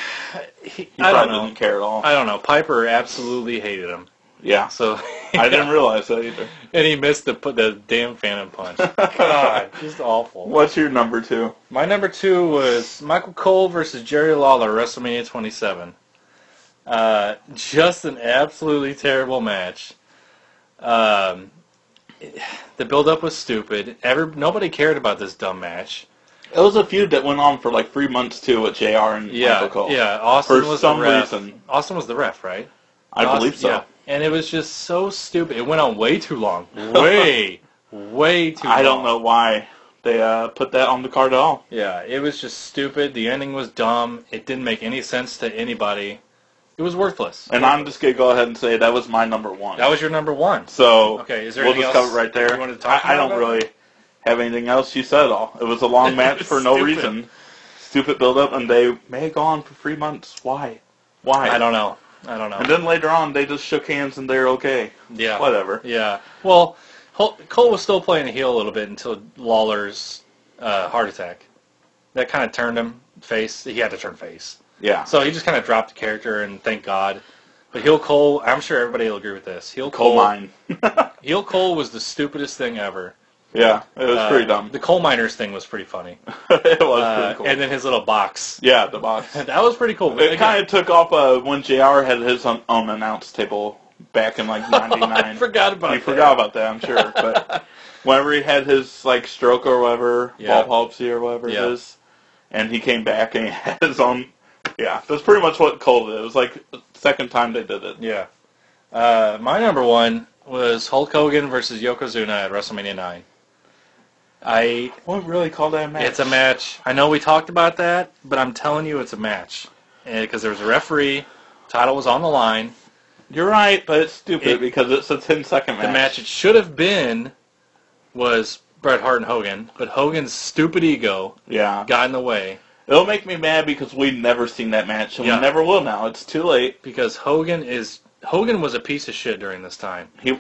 Speaker 2: he,
Speaker 3: he
Speaker 2: I don't
Speaker 3: probably
Speaker 2: know.
Speaker 3: didn't care at all.
Speaker 2: I don't know. Piper absolutely hated him.
Speaker 3: yeah,
Speaker 2: So
Speaker 3: I didn't realize that either.
Speaker 2: And he missed the the damn Phantom Punch. God, just awful.
Speaker 3: What's your number two?
Speaker 2: My number two was Michael Cole versus Jerry Lawler, WrestleMania 27. Uh, just an absolutely terrible match. Um, the build-up was stupid. Every, nobody cared about this dumb match.
Speaker 3: It was a feud that went on for like three months too with Jr. and
Speaker 2: Yeah,
Speaker 3: Michael Cole.
Speaker 2: yeah. Austin
Speaker 3: For
Speaker 2: was
Speaker 3: some
Speaker 2: the ref.
Speaker 3: reason.
Speaker 2: Austin was the ref, right?
Speaker 3: I
Speaker 2: Austin-
Speaker 3: believe so.
Speaker 2: yeah. And it was just so stupid. It went on way too long. Way, way too. long.
Speaker 3: I don't know why they uh, put that on the card at all.
Speaker 2: Yeah, it was just stupid. The ending was dumb. It didn't make any sense to anybody. It was worthless.
Speaker 3: And I'm just gonna go ahead and say that was my number one.
Speaker 2: that was your number one.
Speaker 3: So
Speaker 2: Okay, is there
Speaker 3: we'll
Speaker 2: anything
Speaker 3: just
Speaker 2: else
Speaker 3: cover right there.
Speaker 2: you wanted to talk
Speaker 3: I, I
Speaker 2: about
Speaker 3: don't
Speaker 2: about
Speaker 3: really have anything else. You said it all. It was a long match for no
Speaker 2: Stupid.
Speaker 3: reason. stupid build up and they may have gone for three months. Why? Why?
Speaker 2: I don't know. I don't know.
Speaker 3: And then later on, they just shook hands and they're okay.
Speaker 2: yeah.
Speaker 3: Whatever.
Speaker 2: Yeah. Well, Hol- Cole was still playing the heel a little bit until Lawler's uh, heart attack. That kind of turned him face. He had to turn face.
Speaker 3: Yeah.
Speaker 2: So he just kind of dropped the character, and thank God. But heel Cole, I'm sure everybody will agree with this. Heel
Speaker 3: Coal
Speaker 2: Cole,
Speaker 3: mine.
Speaker 2: heel Cole was the stupidest thing ever.
Speaker 3: Yeah, it was
Speaker 2: Uh,
Speaker 3: pretty dumb.
Speaker 2: The coal miners thing was pretty funny,
Speaker 3: it was
Speaker 2: uh,
Speaker 3: pretty cool.
Speaker 2: and then his little box.
Speaker 3: yeah, the box.
Speaker 2: That was pretty cool.
Speaker 3: It kind of took off uh, when JR had his own, own announce table back in like '99.
Speaker 2: I forgot about
Speaker 3: He
Speaker 2: that.
Speaker 3: forgot about that, I'm sure. But whenever he had his like stroke or whatever,
Speaker 2: Yeah.
Speaker 3: ball palsy or whatever
Speaker 2: Yeah.
Speaker 3: it is, and he came back and he had his own. Yeah, that's pretty much what Cole did. It was like the second time they did it.
Speaker 2: Yeah. Uh, my number one was Hulk Hogan versus Yokozuna at WrestleMania 9. I
Speaker 3: What really called that a match?
Speaker 2: it's a match. I know we talked about that, but I'm telling you it's a match. Because there was a referee, title was on the line.
Speaker 3: You're right, but it's stupid
Speaker 2: It-
Speaker 3: because it's a 10 second match.
Speaker 2: The match it should have been was Bret Hart and Hogan, but Hogan's stupid ego
Speaker 3: Yeah,
Speaker 2: got in the way
Speaker 3: it'll make me mad because we've never seen that match and
Speaker 2: Yeah.
Speaker 3: we never will now. It's too late.
Speaker 2: because Hogan is Hogan was a piece of shit during this time.
Speaker 3: He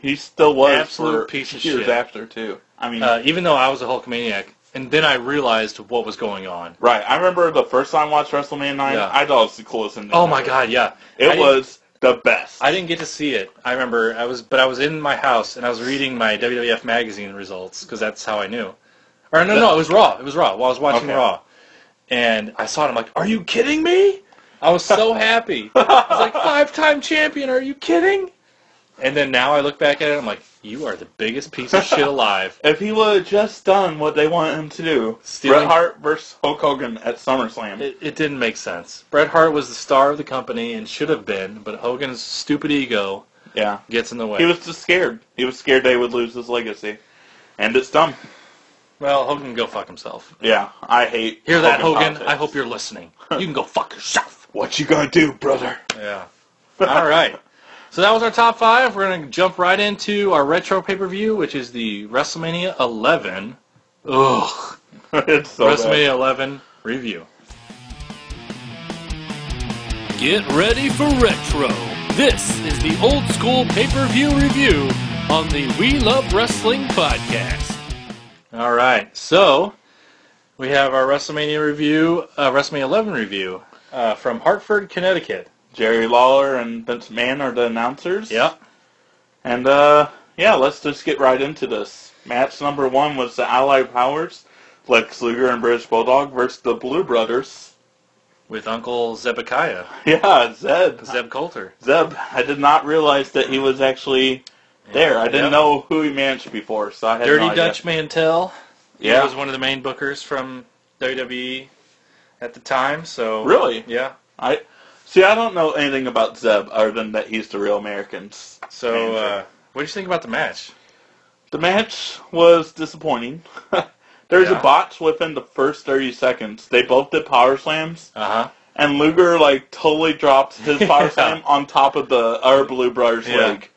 Speaker 3: he still was
Speaker 2: Absolute
Speaker 3: for
Speaker 2: piece of
Speaker 3: years
Speaker 2: shit.
Speaker 3: after too. I mean,
Speaker 2: Uh, even though I was a Hulkamaniac, and then I realized what was going on.
Speaker 3: right? I remember the first time I watched WrestleMania nine.
Speaker 2: Yeah.
Speaker 3: I thought it was the coolest thing.
Speaker 2: Oh my
Speaker 3: ever.
Speaker 2: god, yeah. I
Speaker 3: It
Speaker 2: didn't-
Speaker 3: was the best.
Speaker 2: I didn't get to see it. I remember I was, but I was in my house and I was reading my WWF magazine results because that's how I knew. Or no, no, it was Raw. It was Raw. While I was watching
Speaker 3: Okay.
Speaker 2: Raw, and I saw it. I'm like, are you kidding me? I was so happy. I was like, five-time champion. Are you kidding? And then now I look back at it. I'm like, you are the biggest piece of shit alive.
Speaker 3: if he would have just done what they want him to do,
Speaker 2: Stealing-
Speaker 3: Bret Hart versus Hulk Hogan at SummerSlam.
Speaker 2: It, it didn't make sense. Bret Hart was the star of the company and should have been, but Hogan's stupid ego
Speaker 3: yeah,
Speaker 2: gets in the way.
Speaker 3: he was just scared. He was scared they would lose his legacy, and it's dumb.
Speaker 2: well, Hogan can go fuck himself.
Speaker 3: Yeah, I hate.
Speaker 2: Hear that, Hogan?
Speaker 3: politics.
Speaker 2: I hope you're listening. You can go fuck yourself.
Speaker 3: What you gonna do, brother?
Speaker 2: Yeah. All right. So that was our top five. We're going to jump right into our retro pay per view, which is the WrestleMania 11. Ugh.
Speaker 3: it's so bad.
Speaker 2: WrestleMania 11 review.
Speaker 1: Get ready for retro. This is the old school pay per view review on the We Love Wrestling podcast.
Speaker 2: All right. So we have our WrestleMania review, uh, WrestleMania 11 review uh, from Hartford, Connecticut.
Speaker 3: Jerry Lawler and Vince McMahon are the announcers.
Speaker 2: Yep.
Speaker 3: And uh, yeah, let's just get right into this. Match number one was the Allied Powers, Lex Luger and British Bulldog versus the Blue Brothers.
Speaker 2: With Uncle Zebekiah,
Speaker 3: Yeah, Zeb.
Speaker 2: Zeb Coulter.
Speaker 3: Zeb. I did not realize that he was actually there. I didn't
Speaker 2: Yep.
Speaker 3: know who he managed before, so I had
Speaker 2: Dirty
Speaker 3: no idea.
Speaker 2: Dutch Mantel. He was
Speaker 3: Yeah.
Speaker 2: one of the main bookers from WWE at the time, so
Speaker 3: Really?
Speaker 2: yeah.
Speaker 3: I see. I don't know anything about Zeb other than that he's the real Americans.
Speaker 2: So uh, what did you think about the match?
Speaker 3: The match was disappointing. There's
Speaker 2: Yeah.
Speaker 3: a botch within the first 30 seconds. They both did power slams.
Speaker 2: Uh huh.
Speaker 3: and Luger like totally drops his power
Speaker 2: Yeah.
Speaker 3: slam on top of the our Blue Brothers
Speaker 2: Yeah.
Speaker 3: leg.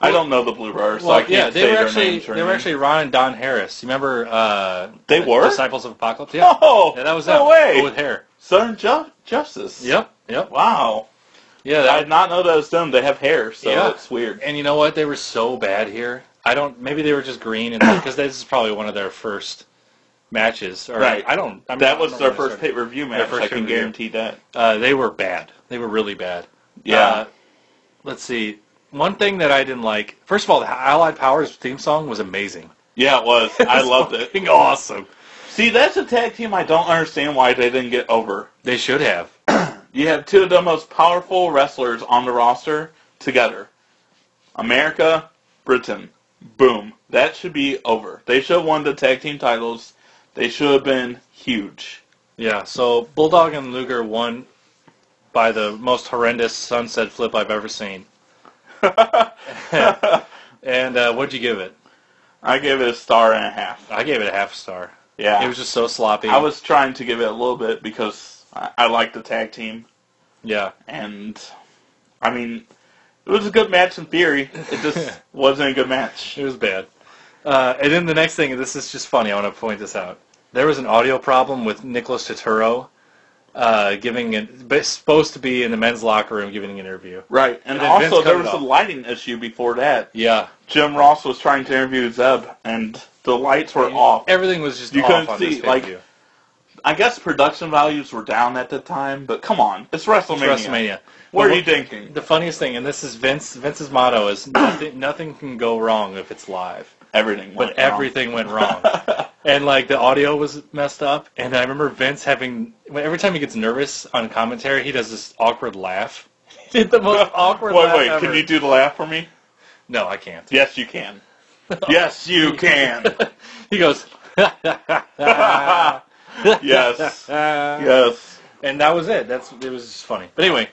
Speaker 3: I don't know the Blue Brothers, so I
Speaker 2: Well,
Speaker 3: can't
Speaker 2: yeah, they
Speaker 3: say
Speaker 2: were
Speaker 3: their
Speaker 2: actually
Speaker 3: names or
Speaker 2: they were
Speaker 3: anything.
Speaker 2: actually Ron and Don Harris. You remember? Uh,
Speaker 3: They
Speaker 2: the
Speaker 3: were?
Speaker 2: disciples of Apocalypse. Yeah,
Speaker 3: Oh,
Speaker 2: yeah, that was
Speaker 3: no
Speaker 2: them.
Speaker 3: way.
Speaker 2: But with hair.
Speaker 3: Southern Ju- Justice.
Speaker 2: Yep, yep.
Speaker 3: Wow.
Speaker 2: Yeah,
Speaker 3: I
Speaker 2: that,
Speaker 3: did not know that was them. They have hair, so
Speaker 2: Yeah.
Speaker 3: it's weird.
Speaker 2: and you know what? They were so bad here. I don't. Maybe they were just green, and because this is probably one of their first matches. Or,
Speaker 3: Right.
Speaker 2: I don't. I mean, I
Speaker 3: that
Speaker 2: don't
Speaker 3: was
Speaker 2: know
Speaker 3: their
Speaker 2: when they
Speaker 3: first pay
Speaker 2: started.
Speaker 3: per view match.
Speaker 2: first
Speaker 3: I can
Speaker 2: pay-per-view.
Speaker 3: guarantee that.
Speaker 2: Uh, they were bad. They were really bad.
Speaker 3: Yeah.
Speaker 2: Uh, let's see. One thing that I didn't like. First of all, the Allied Powers theme song was amazing.
Speaker 3: yeah, it was. I loved it.
Speaker 2: Fucking awesome.
Speaker 3: See, that's a tag team I don't understand why they didn't get over.
Speaker 2: They should have.
Speaker 3: You have two of the most powerful wrestlers on the roster together. America, Britain. Boom. That should be over. They should have won the tag team titles. They should have been huge.
Speaker 2: Yeah. So Bulldog and Luger won by the most horrendous sunset flip I've ever seen. and uh, what'd you give it?
Speaker 3: I gave it a star and a half.
Speaker 2: I gave it a half star.
Speaker 3: Yeah.
Speaker 2: It was just so sloppy.
Speaker 3: I was trying to give it a little bit because I, I like the tag team.
Speaker 2: Yeah.
Speaker 3: And, I mean, it was a good match in theory. It just wasn't a good match.
Speaker 2: It was bad. Uh, and then the next thing, this is just funny. I want to point this out. there was an audio problem with Nicholas Totoro uh, giving an, ba- supposed to be in the men's locker room giving an interview.
Speaker 3: Right, and,
Speaker 2: And then Vince
Speaker 3: also
Speaker 2: cut
Speaker 3: there
Speaker 2: it
Speaker 3: was a
Speaker 2: off.
Speaker 3: lighting issue before that.
Speaker 2: Yeah,
Speaker 3: Jim Ross was trying to interview Zeb, and the lights were off.
Speaker 2: everything was just
Speaker 3: You
Speaker 2: off
Speaker 3: couldn't
Speaker 2: on
Speaker 3: see,
Speaker 2: this
Speaker 3: like,
Speaker 2: pay-per-view.
Speaker 3: I guess production values were down at the time, but come on, it's WrestleMania.
Speaker 2: It's WrestleMania.
Speaker 3: What
Speaker 2: But
Speaker 3: are you thinking?
Speaker 2: The funniest thing, and this is Vince Vince's motto is nothing nothing can go wrong if it's live.
Speaker 3: Everything,
Speaker 2: But
Speaker 3: went wrong.
Speaker 2: everything went wrong. and like the audio was messed up and I remember Vince having when- every time he gets nervous on commentary, he does this awkward laugh. He did the most awkward
Speaker 3: Wait,
Speaker 2: laugh
Speaker 3: wait,
Speaker 2: ever.
Speaker 3: can you do the laugh for me?
Speaker 2: No, I can't.
Speaker 3: Yes, you can. yes, you can.
Speaker 2: He goes
Speaker 3: yes, yes.
Speaker 2: and that was it. That's it was just funny. But anyway,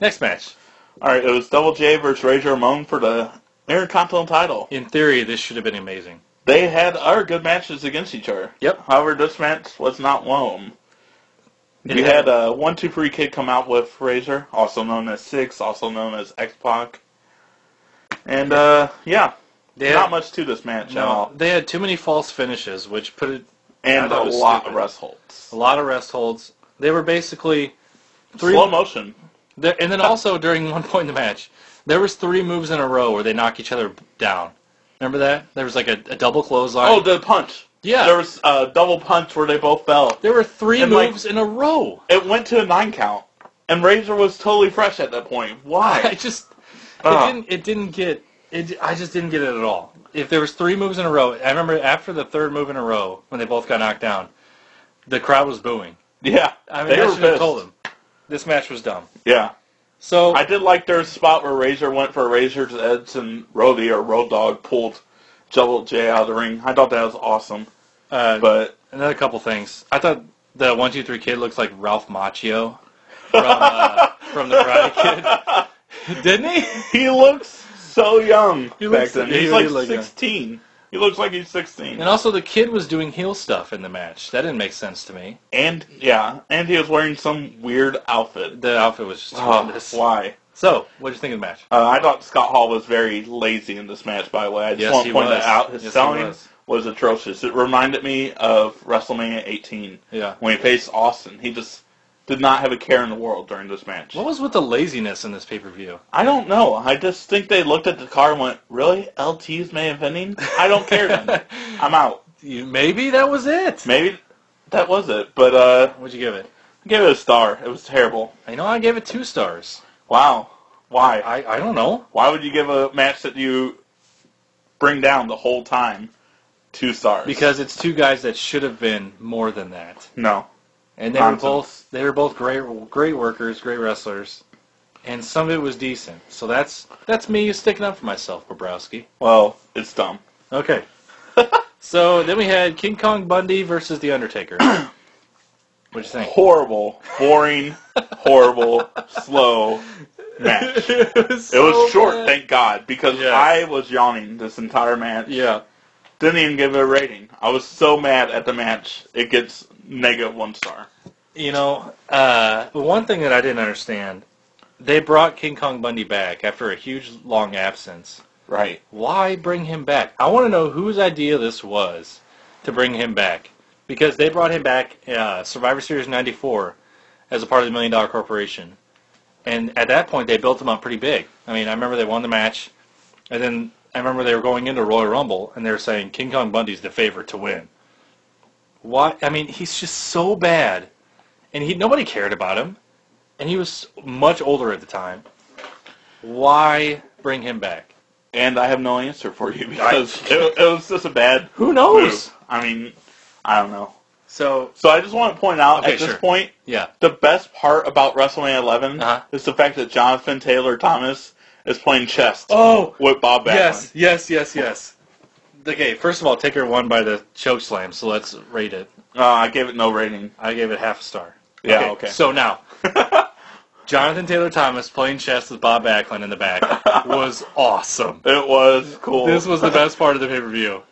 Speaker 2: next match.
Speaker 3: All right, it was Double J versus Razor Ramon for the Intercontinental title.
Speaker 2: In theory, this should have been amazing.
Speaker 3: They had other good matches against each other.
Speaker 2: Yep.
Speaker 3: However, this match was not one of them.
Speaker 2: It
Speaker 3: we
Speaker 2: had-
Speaker 3: had uh, a one two three kid come out with Razor, also known as Six, also known as X Pac. And uh, yeah,
Speaker 2: They had-
Speaker 3: not much to this match at
Speaker 2: No,
Speaker 3: all,
Speaker 2: they had too many false finishes, which put it I
Speaker 3: and
Speaker 2: thought
Speaker 3: a
Speaker 2: it was
Speaker 3: lot
Speaker 2: stupid.
Speaker 3: of rest holds.
Speaker 2: a lot of rest holds. They were basically three,
Speaker 3: Slow motion.
Speaker 2: there- and then also during one point in the match, there was three moves in a row where they knock each other down. Remember that? There was like a, a double clothesline.
Speaker 3: Oh, the punch.
Speaker 2: Yeah.
Speaker 3: there was a double punch where they both fell.
Speaker 2: there were three
Speaker 3: and, like-
Speaker 2: moves in a row.
Speaker 3: It went to a nine count, and Razor was totally fresh at that point.
Speaker 2: I
Speaker 3: Why?
Speaker 2: just
Speaker 3: Ah.
Speaker 2: it didn't it didn't get it. I just didn't get it at all. If there was three moves in a row, I remember after the third move in a row when they both got knocked down, the crowd was booing.
Speaker 3: yeah,
Speaker 2: I mean,
Speaker 3: they
Speaker 2: I
Speaker 3: were
Speaker 2: should have
Speaker 3: pissed.
Speaker 2: told them this match was dumb.
Speaker 3: Yeah.
Speaker 2: So
Speaker 3: I did like their spot where Razor went for Razor's Eds and Roddy or Road Dog pulled Double J out of the ring. I thought that was awesome.
Speaker 2: uh,
Speaker 3: But
Speaker 2: Another couple things. I thought the one two three kid looks like Ralph Macchio from uh, from the Karate Kid, didn't he?
Speaker 3: he looks so young
Speaker 2: He
Speaker 3: back
Speaker 2: looks-
Speaker 3: then.
Speaker 2: he-
Speaker 3: He's
Speaker 2: he
Speaker 3: like
Speaker 2: looked young.
Speaker 3: 16. He looks like he's 16.
Speaker 2: And also, the kid was doing heel stuff in the match. That didn't make sense to me.
Speaker 3: And yeah, and he was wearing some weird outfit.
Speaker 2: The outfit was just
Speaker 3: Oh,
Speaker 2: horrendous.
Speaker 3: why?
Speaker 2: So, what did you think of the match?
Speaker 3: Uh, I thought Scott Hall was very lazy in this match, by the way. I just
Speaker 2: Yes,
Speaker 3: want
Speaker 2: he
Speaker 3: to point
Speaker 2: was.
Speaker 3: that out. His
Speaker 2: Yes, he
Speaker 3: selling
Speaker 2: was.
Speaker 3: was. atrocious. It reminded me of WrestleMania 18
Speaker 2: Yeah.
Speaker 3: when he faced Austin. He just did not have a care in the world during this match.
Speaker 2: What was with the laziness in this pay per view?
Speaker 3: I don't know. I just think they looked at the car and went, really? LT's main eventing? I don't care then. I'm out.
Speaker 2: Maybe that was it.
Speaker 3: Maybe that was it. But uh,
Speaker 2: What'd you give it?
Speaker 3: I gave it a star. It was terrible.
Speaker 2: I know I gave it two stars.
Speaker 3: Wow. Why?
Speaker 2: I, I don't know.
Speaker 3: Why would you give a match that you bring down the whole time two stars?
Speaker 2: Because it's two guys that should have been more than that.
Speaker 3: No.
Speaker 2: and they
Speaker 3: Nonsense.
Speaker 2: were both they were both great great workers, great wrestlers, and some of it was decent. So that's that's me sticking up for myself, Bobrowski.
Speaker 3: Well, it's dumb.
Speaker 2: Okay. so then we had King Kong Bundy versus The Undertaker. What'd you think?
Speaker 3: Horrible, boring, horrible, slow match.
Speaker 2: was,
Speaker 3: It was short,
Speaker 2: thank
Speaker 3: thank God, because
Speaker 2: Yeah.
Speaker 3: I was yawning this entire match.
Speaker 2: Yeah.
Speaker 3: Didn't even give it a rating. I was so mad at the match. It gets negative one star.
Speaker 2: You know, uh, one thing that I didn't understand, they brought King Kong Bundy back after a huge long absence.
Speaker 3: Right.
Speaker 2: why bring him back? I want to know whose idea this was to bring him back because they brought him back uh, Survivor Series '94 as a part of the Million Dollar Corporation, and at that point they built him up pretty big. I mean, I remember they won the match, and then I remember they were going into Royal Rumble and they were saying King Kong Bundy's the favorite to win. Why? I mean, he's just so bad, and he nobody cared about him, and he was much older at the time. Why bring him back?
Speaker 3: And I have no answer for you because it, it was just a bad
Speaker 2: Who
Speaker 3: move. I mean, I don't know.
Speaker 2: So
Speaker 3: So I just want to point out
Speaker 2: Okay,
Speaker 3: at this
Speaker 2: sure.
Speaker 3: point,
Speaker 2: yeah,
Speaker 3: the best part about WrestleMania 11
Speaker 2: Uh-huh.
Speaker 3: is the fact that Jonathan Taylor Thomas is playing chess
Speaker 2: Oh,
Speaker 3: with Bob Backlund.
Speaker 2: yes, yes, yes, yes. Okay, first of all, Taker won by the choke slam, so let's rate it.
Speaker 3: Uh, I gave it no rating.
Speaker 2: I gave it half a star.
Speaker 3: Yeah, okay.
Speaker 2: So now, Jonathan Taylor Thomas playing chess with Bob Backlund in the back was awesome.
Speaker 3: It was cool.
Speaker 2: This was the best part of the pay per view.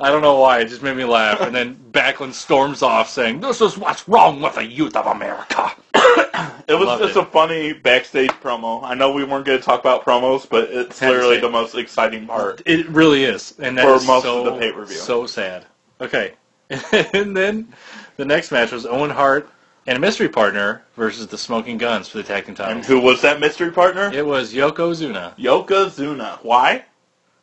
Speaker 2: I don't know why, it just made me laugh. And then Backlund storms off saying, This is what's wrong with the youth of America.
Speaker 3: it was
Speaker 2: loved
Speaker 3: just
Speaker 2: it.
Speaker 3: a funny backstage promo. I know we weren't going to talk about promos, but it's literally
Speaker 2: Backstage.
Speaker 3: the most exciting part.
Speaker 2: It really is, and
Speaker 3: For
Speaker 2: that's
Speaker 3: most
Speaker 2: so
Speaker 3: of the pay-per-view.
Speaker 2: so sad. Okay, and then the next match was Owen Hart and a mystery partner versus the Smoking Guns for the tag team
Speaker 3: And
Speaker 2: titles.
Speaker 3: who was that mystery partner?
Speaker 2: It was Yokozuna.
Speaker 3: Yokozuna. Why?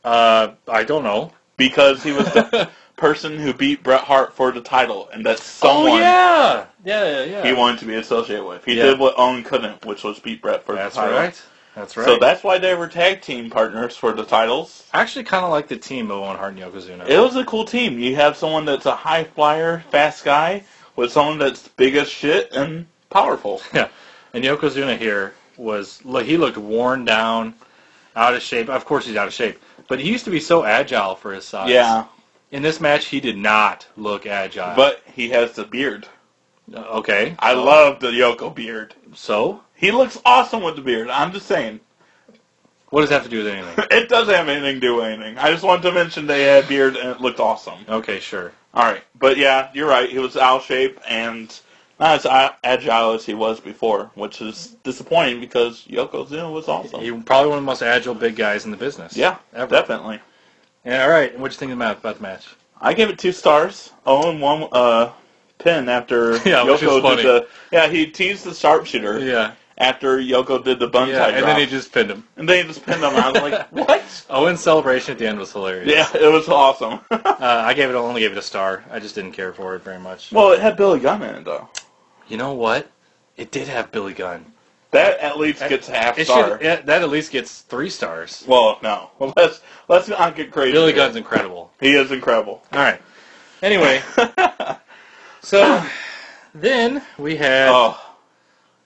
Speaker 2: Uh, I don't know.
Speaker 3: Because he was the person who beat Bret Hart for the title, and that's someone
Speaker 2: Oh yeah, yeah, yeah.
Speaker 3: he wanted to be associated with. He
Speaker 2: Yeah.
Speaker 3: did what Owen couldn't, which was beat Bret for
Speaker 2: That's
Speaker 3: the title.
Speaker 2: right. That's right.
Speaker 3: So that's why they were tag team partners for the titles.
Speaker 2: I actually kind of like the team of Owen Hart and Yokozuna.
Speaker 3: It was a cool team. You have someone that's a high flyer, fast guy, with someone that's big as shit and powerful.
Speaker 2: Yeah, and Yokozuna here was look, he looked worn down, out of shape. Of course, he's out of shape, but he used to be so agile for his size.
Speaker 3: Yeah,
Speaker 2: In this match, he did not look agile.
Speaker 3: but he has the beard.
Speaker 2: Uh, okay,
Speaker 3: I love the Yoko beard.
Speaker 2: so
Speaker 3: He looks awesome with the beard. I'm just saying.
Speaker 2: what does that have to do with anything?
Speaker 3: It doesn't have anything to do with anything. I just wanted to mention they had beard and it looked awesome.
Speaker 2: okay, sure.
Speaker 3: All right, but yeah, you're right. He was owl shape and not as a- agile as he was before, which is disappointing because Yokozuna was awesome.
Speaker 2: He probably one of the most agile big guys in the business.
Speaker 3: yeah,
Speaker 2: ever.
Speaker 3: definitely.
Speaker 2: Yeah, all right. And what you think about about the match?
Speaker 3: I give it two stars. Owen one uh, pin after
Speaker 2: Yeah,
Speaker 3: Yoko
Speaker 2: which was funny.
Speaker 3: did the yeah he teased the sharpshooter
Speaker 2: Yeah,
Speaker 3: after Yoko did the bun
Speaker 2: yeah.
Speaker 3: tie
Speaker 2: And
Speaker 3: drop,
Speaker 2: then he just pinned him.
Speaker 3: and then he just pinned him. I was like, what?
Speaker 2: Owen's celebration at the end was hilarious.
Speaker 3: Yeah, it was awesome.
Speaker 2: Uh, I gave it only gave it a star. I just didn't care for it very much.
Speaker 3: well, it had Billy Gunn in it though.
Speaker 2: You know what? It did have Billy Gunn.
Speaker 3: That at least gets a half
Speaker 2: It
Speaker 3: star.
Speaker 2: should, yeah, that at least gets three stars.
Speaker 3: Well, no. Well, let's let's not get crazy.
Speaker 2: Billy
Speaker 3: here.
Speaker 2: Gunn's incredible.
Speaker 3: He is incredible.
Speaker 2: All right. Anyway, so then we had
Speaker 3: Oh,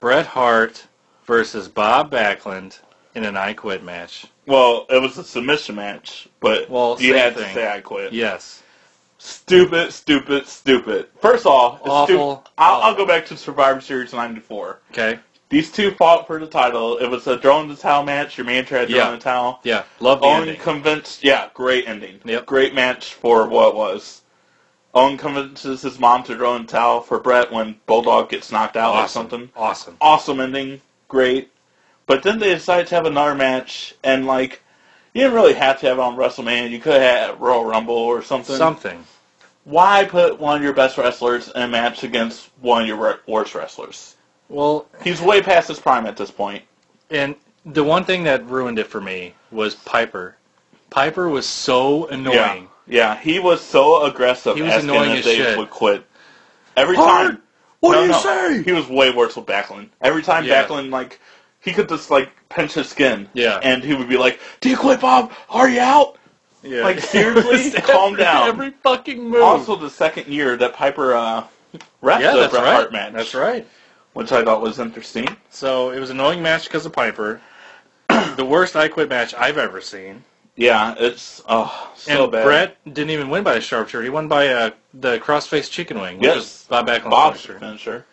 Speaker 2: Bret Hart versus Bob Backlund in an I Quit match.
Speaker 3: well, it was a submission match, but
Speaker 2: Well,
Speaker 3: you
Speaker 2: same
Speaker 3: had
Speaker 2: thing.
Speaker 3: to say I quit.
Speaker 2: Yes.
Speaker 3: Stupid, stupid, stupid. First of all, it's
Speaker 2: Awful.
Speaker 3: stu- I'll, I'll
Speaker 2: Awful.
Speaker 3: go back to Survivor Series '94.
Speaker 2: Okay.
Speaker 3: These two fought for the title. It was a throwing the towel match. Your man tried throwing
Speaker 2: Yeah.
Speaker 3: the towel.
Speaker 2: Yeah. Love the
Speaker 3: Owen
Speaker 2: ending.
Speaker 3: convinced. Yeah, great ending.
Speaker 2: Yep.
Speaker 3: Great match for what was. Owen convinces his mom to throw in the towel for Brett when Bulldog gets knocked out or
Speaker 2: awesome.
Speaker 3: something.
Speaker 2: Awesome.
Speaker 3: awesome ending, great. But then they decided to have another match, and like, you didn't really have to have it on WrestleMania. You could have had it at Royal Rumble or something.
Speaker 2: Something.
Speaker 3: Why put one of your best wrestlers in a match against one of your wor- worst wrestlers?
Speaker 2: Well,
Speaker 3: He's way past his prime at this point.
Speaker 2: and the one thing that ruined it for me was Piper. Piper was so annoying.
Speaker 3: Yeah, yeah. He was so aggressive.
Speaker 2: He was
Speaker 3: asking
Speaker 2: annoying
Speaker 3: if
Speaker 2: as
Speaker 3: they
Speaker 2: shit.
Speaker 3: would quit every
Speaker 2: Hart,
Speaker 3: time.
Speaker 1: what
Speaker 3: no,
Speaker 1: do you
Speaker 3: no.
Speaker 1: say?
Speaker 3: He was way worse with Backlund. Every time
Speaker 2: Yeah.
Speaker 3: Backlund like he could just like pinch his skin.
Speaker 2: Yeah.
Speaker 3: And he would be like, "Do you quit, Bob? Are you out?"
Speaker 2: Yeah.
Speaker 3: Like, seriously? Calm down.
Speaker 2: Every fucking move.
Speaker 3: Also, the second year that Piper uh, refed
Speaker 2: yeah,
Speaker 3: the
Speaker 2: that's
Speaker 3: Bret
Speaker 2: right.
Speaker 3: Hart match,
Speaker 2: That's right.
Speaker 3: which I thought was interesting.
Speaker 2: So it was an annoying match because of Piper. the worst I Quit match I've ever seen.
Speaker 3: Yeah, it's oh so
Speaker 2: and
Speaker 3: bad.
Speaker 2: Brett didn't even win by the sharpshooter. He won by uh, the crossface chicken wing, which
Speaker 3: Yes.
Speaker 2: was Bob Backlund's
Speaker 3: Bob's
Speaker 2: finisher.
Speaker 3: finisher.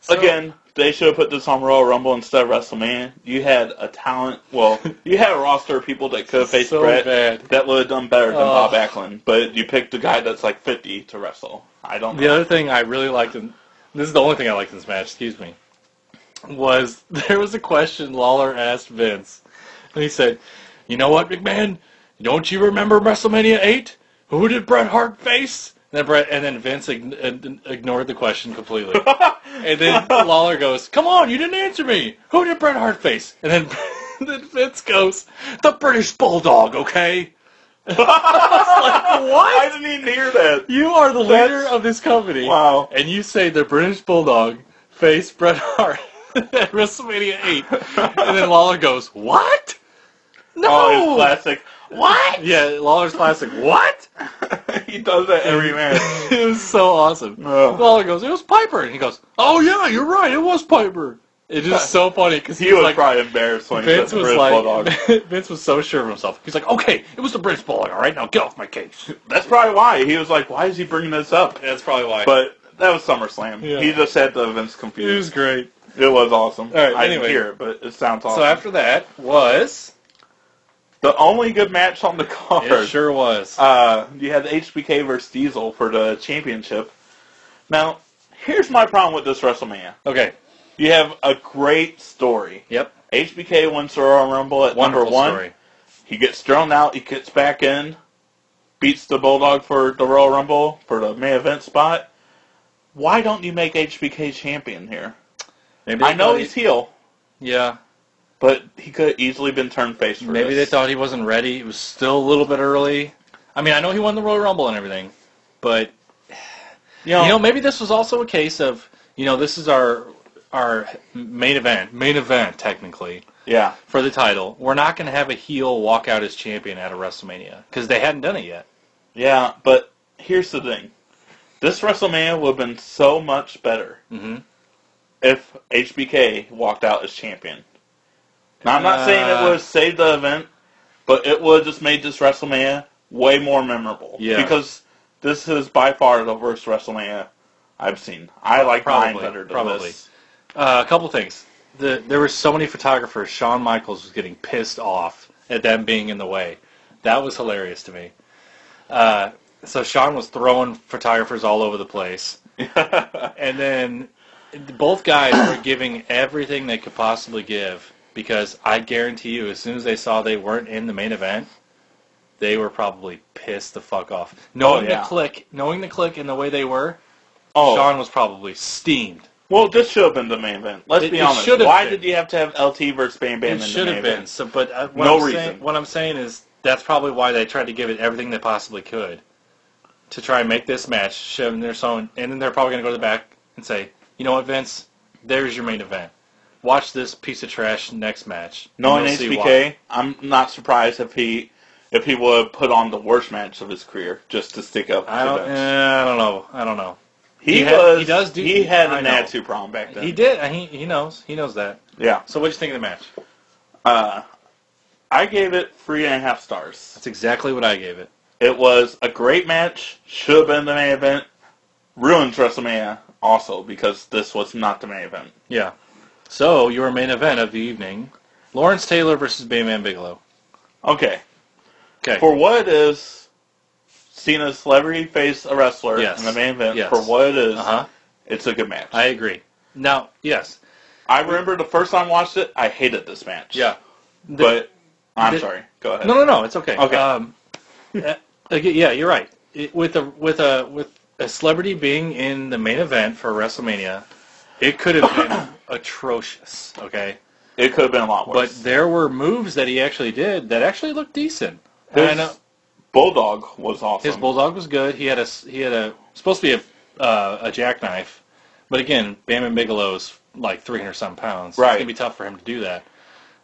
Speaker 2: So-
Speaker 3: Again, they should have put this on Royal Rumble instead of WrestleMania. You had a talent. Well, you had a roster of people that could have faced
Speaker 2: So
Speaker 3: Brett
Speaker 2: bad.
Speaker 3: that would have done better than
Speaker 2: Oh.
Speaker 3: Bob Backlund, but you picked a guy that's like 50 to wrestle. I don't know.
Speaker 2: The other thing I really liked, in this is the only thing I liked in this match, excuse me, was there was a question Lawler asked Vince. And he said, You know what, McMahon? Don't you remember WrestleMania 8? Who did Bret Hart face? And then, Bret, and then Vince ign- ign- ignored the question completely. and then Lawler goes, Come on, you didn't answer me. Who did Bret Hart face? And then, then Vince goes, The British Bulldog, okay? I was like, What?
Speaker 3: I didn't even hear that.
Speaker 2: You are the
Speaker 3: That's-
Speaker 2: leader of this company.
Speaker 3: Wow.
Speaker 2: And you say the British Bulldog faced Bret Hart at WrestleMania 8. and then Lawler goes, What? No!
Speaker 3: Oh, it's classic. What?
Speaker 2: Yeah, Lawler's classic, What?
Speaker 3: he does that every match.
Speaker 2: it was so awesome.
Speaker 3: Ugh.
Speaker 2: Lawler goes, It was Piper. And he goes, Oh, yeah, you're right. It was Piper. It's just so funny because he,
Speaker 3: He was
Speaker 2: like,
Speaker 3: probably embarrassed when he said
Speaker 2: Vince
Speaker 3: the
Speaker 2: was
Speaker 3: British Bulldog.
Speaker 2: like, Vince was so sure of himself. He's like, Okay, it was the British Bulldog. All right, now get off my case.
Speaker 3: That's probably why he was like, "Why is he bringing this up?"
Speaker 2: That's probably why. But
Speaker 3: But that was SummerSlam.
Speaker 2: Yeah.
Speaker 3: He just had the events
Speaker 2: it
Speaker 3: confused.
Speaker 2: was great.
Speaker 3: It was awesome.
Speaker 2: All right,
Speaker 3: I didn't
Speaker 2: anyway.
Speaker 3: hear it, but it sounds awesome.
Speaker 2: So after that was
Speaker 3: the only good match on the card,
Speaker 2: it sure was.
Speaker 3: uh, you had HBK versus Diesel for the championship. Now, here's my problem with this WrestleMania.
Speaker 2: Okay.
Speaker 3: You have a great story.
Speaker 2: Yep.
Speaker 3: HBK wins the Royal Rumble at
Speaker 2: Wonderful
Speaker 3: number one.
Speaker 2: story.
Speaker 3: He gets thrown out. He gets back in. beats the Bulldog for the Royal Rumble for the main event spot, why don't you make HBK champion here?
Speaker 2: Maybe
Speaker 3: I
Speaker 2: they
Speaker 3: know
Speaker 2: thought
Speaker 3: he's
Speaker 2: he-
Speaker 3: heel,
Speaker 2: Yeah,
Speaker 3: but he could have easily been turned face for
Speaker 2: maybe they
Speaker 3: this.
Speaker 2: thought he wasn't ready. It was still a little bit early. I mean, I know he won the Royal Rumble and everything, but You know, maybe this was also a case of you know this is our our main event, main event technically
Speaker 3: yeah,
Speaker 2: for the title. We're not going to have a heel walk out as champion at a WrestleMania because they hadn't done it yet.
Speaker 3: yeah. But here's the thing: this WrestleMania would have been so much better
Speaker 2: hmm
Speaker 3: if HBK walked out as champion. Now, I'm not saying it
Speaker 2: Uh,
Speaker 3: would have saved the event, but it would have just made this WrestleMania way more memorable.
Speaker 2: Yeah.
Speaker 3: Because this is by far the worst WrestleMania I've seen. I like mine
Speaker 2: Probably,
Speaker 3: better than
Speaker 2: probably.
Speaker 3: this.
Speaker 2: Uh, a couple things. The, there were so many photographers. Shawn Michaels was getting pissed off at them being in the way. That was hilarious to me. Uh, so Shawn was throwing photographers all over the place. and then both guys were giving everything they could possibly give because I guarantee you, as soon as they saw they weren't in the main event, they were probably pissed the fuck off. Knowing
Speaker 3: Oh, yeah.
Speaker 2: the click, knowing the click and the way they were,
Speaker 3: Oh,
Speaker 2: Shawn was probably steamed.
Speaker 3: well, this should have been the main event. Let's
Speaker 2: It-
Speaker 3: be
Speaker 2: it
Speaker 3: honest.
Speaker 2: should have
Speaker 3: Why
Speaker 2: been.
Speaker 3: did you have to have LT versus Bam Bam in
Speaker 2: it
Speaker 3: the
Speaker 2: should
Speaker 3: main
Speaker 2: have been.
Speaker 3: event?
Speaker 2: So, but uh, what
Speaker 3: No
Speaker 2: I'm
Speaker 3: reason.
Speaker 2: Saying, what I'm saying is that's probably why they tried to give it everything they possibly could to try and make this match. Shove in their own, and then they're probably going to go to the back and say, you know what, Vince, there's your main event. Watch this piece of trash next match. and
Speaker 3: Knowing
Speaker 2: you'll see why."
Speaker 3: HBK, I'm not surprised if he if he would have put on the worst match of his career just to stick up.
Speaker 2: I
Speaker 3: to
Speaker 2: don't.
Speaker 3: Vince.
Speaker 2: eh, I don't know. I don't know.
Speaker 3: He,
Speaker 2: He had-
Speaker 3: was.
Speaker 2: he does do-
Speaker 3: He had
Speaker 2: I
Speaker 3: an
Speaker 2: know.
Speaker 3: attitude problem back then.
Speaker 2: He did. and He he knows. He knows that.
Speaker 3: Yeah.
Speaker 2: So what would you think of the match?
Speaker 3: Uh, I gave it three and a half stars.
Speaker 2: That's exactly what I gave it.
Speaker 3: It was a great match. Should have been the main event. Ruins WrestleMania also because this was not the main event.
Speaker 2: Yeah. So your main event of the evening, Lawrence Taylor versus Bayman Bigelow.
Speaker 3: Okay.
Speaker 2: Okay.
Speaker 3: For what it is, seeing a celebrity face a wrestler
Speaker 2: Yes.
Speaker 3: in the main event,
Speaker 2: Yes.
Speaker 3: for what it is,
Speaker 2: Uh huh.
Speaker 3: it's a good match.
Speaker 2: I
Speaker 3: I,
Speaker 2: agree. Now, yes,
Speaker 3: remember the first time I watched it, I hated this match.
Speaker 2: yeah, The-
Speaker 3: But I'm
Speaker 2: the-
Speaker 3: sorry. Go ahead.
Speaker 2: no, no, no, it's okay.
Speaker 3: Okay.
Speaker 2: Um, uh, again, yeah, you're right. It, with a with a with a celebrity being in the main event for WrestleMania, it could have been atrocious. Okay,
Speaker 3: It could have been a lot
Speaker 2: but
Speaker 3: worse.
Speaker 2: there were moves that he actually did that actually looked decent. And uh,
Speaker 3: His
Speaker 2: I know
Speaker 3: Bulldog was awesome.
Speaker 2: his bulldog was good. He had a s- he had a supposed to be a uh, a jackknife, but again, Bam and Bigelow's like 300 some pounds.
Speaker 3: Right.
Speaker 2: It's gonna be tough for him to do that.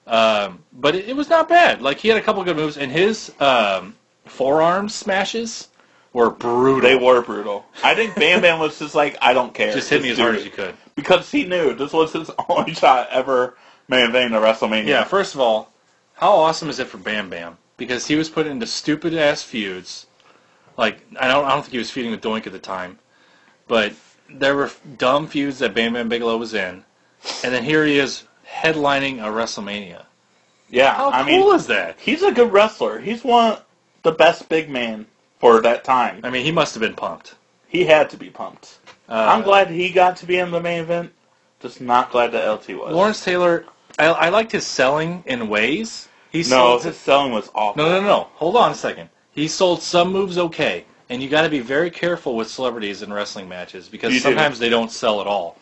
Speaker 2: Um, but it, it was not bad. Like he had a couple good moves, and his um, forearm smashes were brutal.
Speaker 3: They were brutal. I think Bam Bam was just like, I don't care.
Speaker 2: just hit me as
Speaker 3: do
Speaker 2: hard
Speaker 3: it.
Speaker 2: as you could.
Speaker 3: Because he knew this was his only shot ever main event at WrestleMania.
Speaker 2: Yeah, first of all, how awesome is it for Bam Bam? Because he was put into stupid ass feuds. Like I don't, I don't think he was feuding with Doink at the time, but there were dumb feuds that Bam Bam Bigelow was in, and then here he is headlining a WrestleMania.
Speaker 3: Yeah,
Speaker 2: How
Speaker 3: I
Speaker 2: cool
Speaker 3: mean,
Speaker 2: is that?
Speaker 3: he's a good wrestler. He's one of the best big man for that time.
Speaker 2: I mean, he must have been pumped.
Speaker 3: He had to be pumped.
Speaker 2: Uh,
Speaker 3: I'm glad he got to be in the main event. Just not glad that LT was.
Speaker 2: Lawrence Taylor. I, I liked his selling in ways. He
Speaker 3: no,
Speaker 2: sold
Speaker 3: his selling was awful.
Speaker 2: No, no, no. Hold on a second. He sold some moves okay, and you got to be very careful with celebrities in wrestling matches because
Speaker 3: You do.
Speaker 2: sometimes they don't sell at all.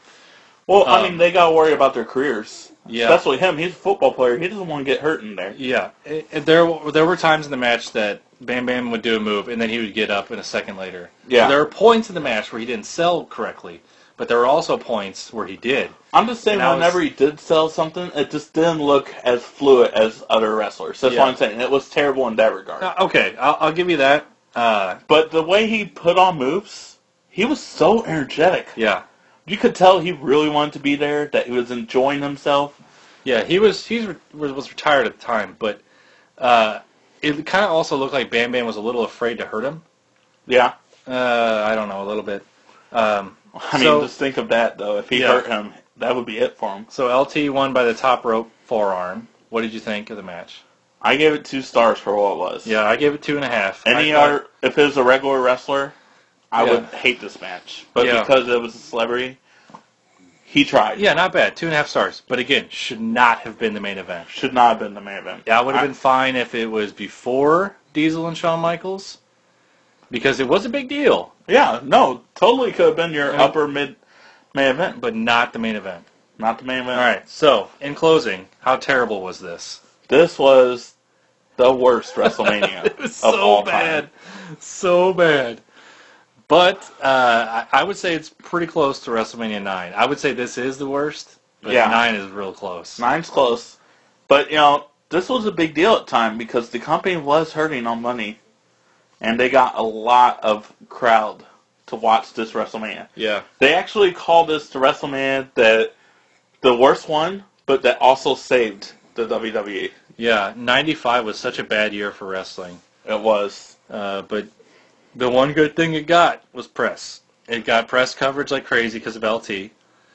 Speaker 3: Well, I
Speaker 2: Um,
Speaker 3: mean, they got to worry about their careers.
Speaker 2: Yeah.
Speaker 3: Especially him. He's a football player. He doesn't want to get hurt in there.
Speaker 2: Yeah, it- it- there were- there were times in the match that Bam Bam would do a move and then he would get up in a second later.
Speaker 3: Yeah.
Speaker 2: So there were points in the match where he didn't sell correctly, but there were also points where he did.
Speaker 3: I'm just saying,
Speaker 2: And I was-
Speaker 3: whenever he did sell something, it just didn't look as fluid as other wrestlers. That's
Speaker 2: Yeah.
Speaker 3: what I'm saying. It was terrible in that regard.
Speaker 2: Uh, okay, I'll, I'll give you that. Uh,
Speaker 3: But the way he put on moves, he was so energetic.
Speaker 2: yeah,
Speaker 3: You could tell he really wanted to be there, that he was enjoying himself.
Speaker 2: yeah. He was he was, was retired at the time, but uh, it kind of also looked like Bam Bam was a little afraid to hurt him.
Speaker 3: Yeah.
Speaker 2: Uh, I don't know, a little bit. Um,
Speaker 3: I mean,
Speaker 2: So-
Speaker 3: just think of that, though. If he
Speaker 2: Yeah.
Speaker 3: hurt him, that would be it for him.
Speaker 2: so LT won by the top rope forearm. What did you think of the match?
Speaker 3: I gave it two stars for what it was.
Speaker 2: Yeah, I gave it two and a half.
Speaker 3: Any
Speaker 2: I thought-
Speaker 3: other, if it was a regular wrestler, I
Speaker 2: Yeah.
Speaker 3: would hate this match. But
Speaker 2: Yeah.
Speaker 3: because it was a celebrity, he tried.
Speaker 2: Yeah, not bad. Two and a half stars. But again, should not have been the main event.
Speaker 3: Should not have been the main event.
Speaker 2: That would have
Speaker 3: I-
Speaker 2: been fine if it was before Diesel and Shawn Michaels. because it was a big deal,
Speaker 3: Yeah, no, totally could have been your
Speaker 2: Yeah.
Speaker 3: upper mid main event,
Speaker 2: but not the main event.
Speaker 3: not the main event.
Speaker 2: All right. So, in closing, how terrible was this?
Speaker 3: This was the worst WrestleMania
Speaker 2: It was
Speaker 3: of
Speaker 2: so
Speaker 3: all
Speaker 2: bad,
Speaker 3: time.
Speaker 2: so bad. But uh, I, I would say it's pretty close to WrestleMania nine. I would say this is the worst, but
Speaker 3: Yeah.
Speaker 2: nine is real close.
Speaker 3: Nine's close, but you know this was a big deal at the time because the company was hurting on money, and they got a lot of crowd to watch this WrestleMania.
Speaker 2: Yeah.
Speaker 3: They actually called this the WrestleMania that the worst one, but that also saved the E. WWE.
Speaker 2: Yeah, 95 was such a bad year for wrestling.
Speaker 3: It was.
Speaker 2: Uh, but the one good thing it got was press. It got press coverage like crazy because of LT.